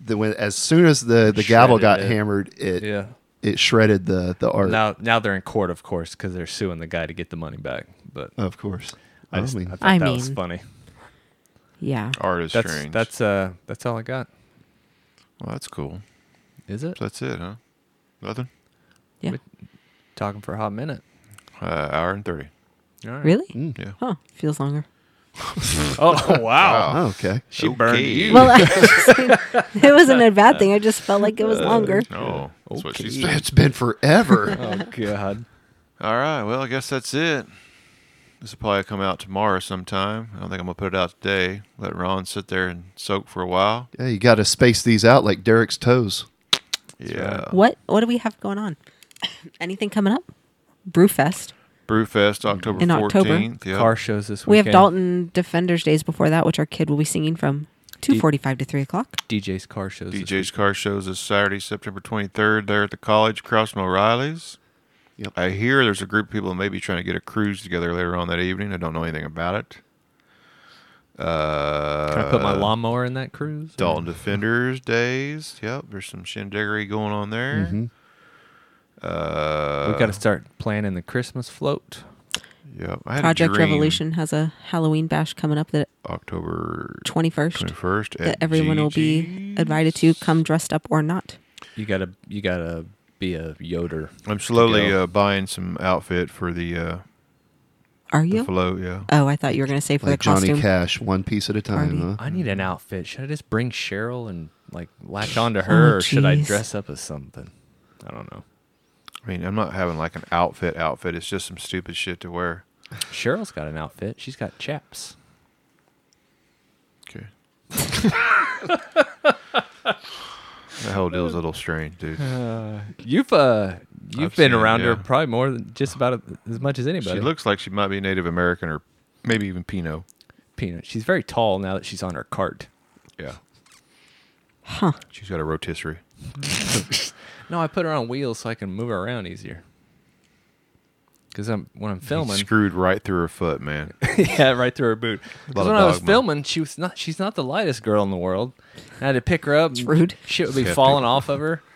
D: The, when, as soon as the, the gavel
B: Shredded
D: got
B: it.
D: hammered, it
B: Yeah.
D: it shredded the the art.
B: Now, now they're in court, of course, because they're suing the guy to get the money back. But
D: Of course. Oh,
B: I
D: I
B: just I
D: mean,
B: thought
E: I
B: that was
E: mean,
B: funny.
E: Yeah.
C: Art is
B: That's
C: strange.
B: that's uh that's all I got.
C: well, that's cool.
B: Is it
C: So that's it, huh? Nothing.
E: Yeah.
B: talking for a hot minute?
C: Uh, hour and thirty.
B: All right.
E: Really?
C: Mm. Yeah.
E: Huh. Feels longer.
B: <laughs> Oh wow,
D: oh,
B: <laughs>
D: okay.
B: she burned
C: Okay.
B: you.
E: Well, it wasn't a bad thing. I just felt like it was longer.
C: Oh, that's what she said.
D: It's been forever.
B: <laughs> oh god.
C: All right. Well, I guess that's it. This will probably come out tomorrow sometime. I don't think I'm gonna put it out today. Let Ron sit there and soak for a while.
D: Yeah, you got to space these out like Derek's toes.
C: yeah.
E: What What do we have going on? Anything coming up? Brewfest.
C: Brewfest October
E: In October.
C: 14th. Yeah.
B: Car shows this weekend.
E: We have Dalton Defenders Days before that, which our kid will be singing from two forty-five to three o'clock.
B: DJ's car shows. this
C: DJ's car shows this Saturday, September 23rd, there at the college across from O'Reilly's.
D: Yep.
C: I hear there's a group of people that may be trying to get a cruise together later on that evening. I don't know anything about it. Uh,
B: Can I put
D: uh,
B: my lawnmower in that cruise?
C: Dalton Defenders days. Yep, there's some shindiggery going on there. Uh,
B: we Mm-hmm.
D: uh,
B: got to start planning the Christmas float.
C: yep. I had a
E: Project
C: dream
E: Revolution has a Halloween bash coming up the
C: October
E: twenty-first
C: 21st.
E: that
C: at
E: everyone will be
C: GG's.
E: invited to come dressed up or not.
B: You gotta you gotta be a yoder.
C: I'm slowly
B: go.
C: uh, buying some outfit for the, uh,
E: Are
C: the
E: you?
C: float. Yeah.
E: Oh, I thought you were going to say for
D: Like
E: the
D: Johnny
E: costume.
D: Cash, one piece at a time. Huh?
E: Party.
B: I need
C: Mm-hmm.
B: an outfit. Should I just bring Cheryl and like latch onto her,
E: Oh,
B: or should I
E: jeez.
B: dress up as something? I don't know.
C: I mean, I'm not having like an outfit outfit. It's just some stupid shit to wear.
B: Cheryl's got an outfit. She's got chaps.
C: <laughs> Okay. that whole deal's a little strange, dude.
B: You've uh you've
C: I've
B: been
C: seen it,
B: around her
C: yeah.
B: probably more than just about as much as anybody.
C: She looks like she might be Native American or maybe even Pinot.
B: peanut. She's very tall now that she's on her cart.
C: Yeah. Huh. She's got a rotisserie.
B: No, I put her on wheels so I can move her around easier. Because I'm when I'm filming,
C: Screwed right through her foot, man.
B: <laughs> yeah, right through her boot.
C: lot
B: Because
C: of
B: when I was
C: dogma.
B: filming, she was not. She's not the lightest girl in the world. I had to pick her up. and
E: rude.
B: Shit would be
C: Yeah,
B: falling off of her.
C: <laughs>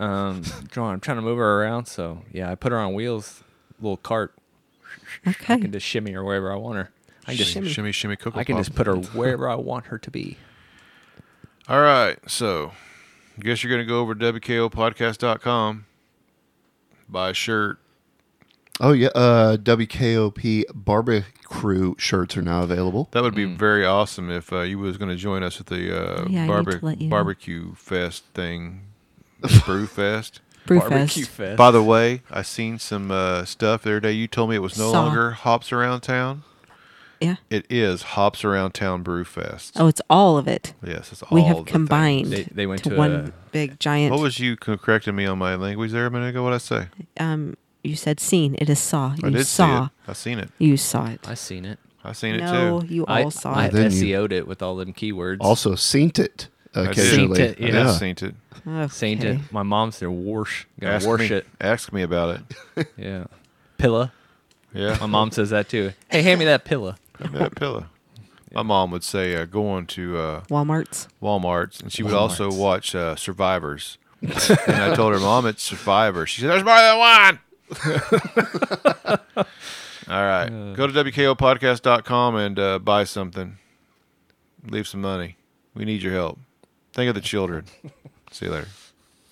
B: Um, drawing, I'm trying to move her around. So yeah, I put her on wheels, little cart,
E: Okay.
B: and just shimmy her wherever I want her. I can just
C: shimmy, shimmy, shimmy, cook.
B: I can just put her wherever I want her to be.
C: All right, so I guess you're gonna go over to wkopodcast.com, buy a shirt.
D: Oh yeah, uh, WKOP barbecue shirts are now available.
C: That would be
B: Mm.
C: very awesome if uh, you was going to join us at the uh,
E: Yeah, I need
C: barbe-
E: to let you know.
C: barbecue fest
E: <laughs>
C: thing, brew fest.
B: Barbecue
E: Brewfest.
B: fest.
C: By the way, I seen some uh, stuff the other day. You told me it was no
E: Saw.
C: longer hops around town.
E: Yeah.
C: It is hops around town brew fest.
E: Oh, it's all of it.
C: yes, it's all
E: we
C: the
E: have
C: things.
E: combined
B: They- they went
E: to,
B: to
E: one
B: a-
E: big giant. <laughs>
C: What was you co- correcting me on my language there a minute ago? What I say?
E: um, you said seen. It is saw.
C: I
E: you
C: did see
E: saw.
C: it. I seen it.
E: You saw it.
B: I seen it.
C: I seen it
E: no,
C: too.
E: you all
B: I,
E: saw
B: I E
E: it.
D: Then you-
B: SEO'd it with all them keywords.
D: Also, seen it. occasionally.
B: Saint it,
C: I
B: yeah.
C: have seen it.
B: Saint
E: Okay.
B: it. My mom's there. Warsh. Gotta
C: Ask
B: warsh
C: me,
B: it.
C: Ask me about it.
B: Yeah. Pilla. My
C: Yeah,
B: mom says that too. Hey, hand me that pilla. <laughs>
C: that pillow. My mom would say uh, going to uh,
E: Walmart's.
C: Walmart's, and she would also watch uh, Survivors. and I told her, Mom, it's Survivor. She said, There's more than one. <laughs> All right.
B: Uh.
C: Go to WKOpodcast.com and uh, buy something. Leave some money. We need your help. Think of the children. See you later.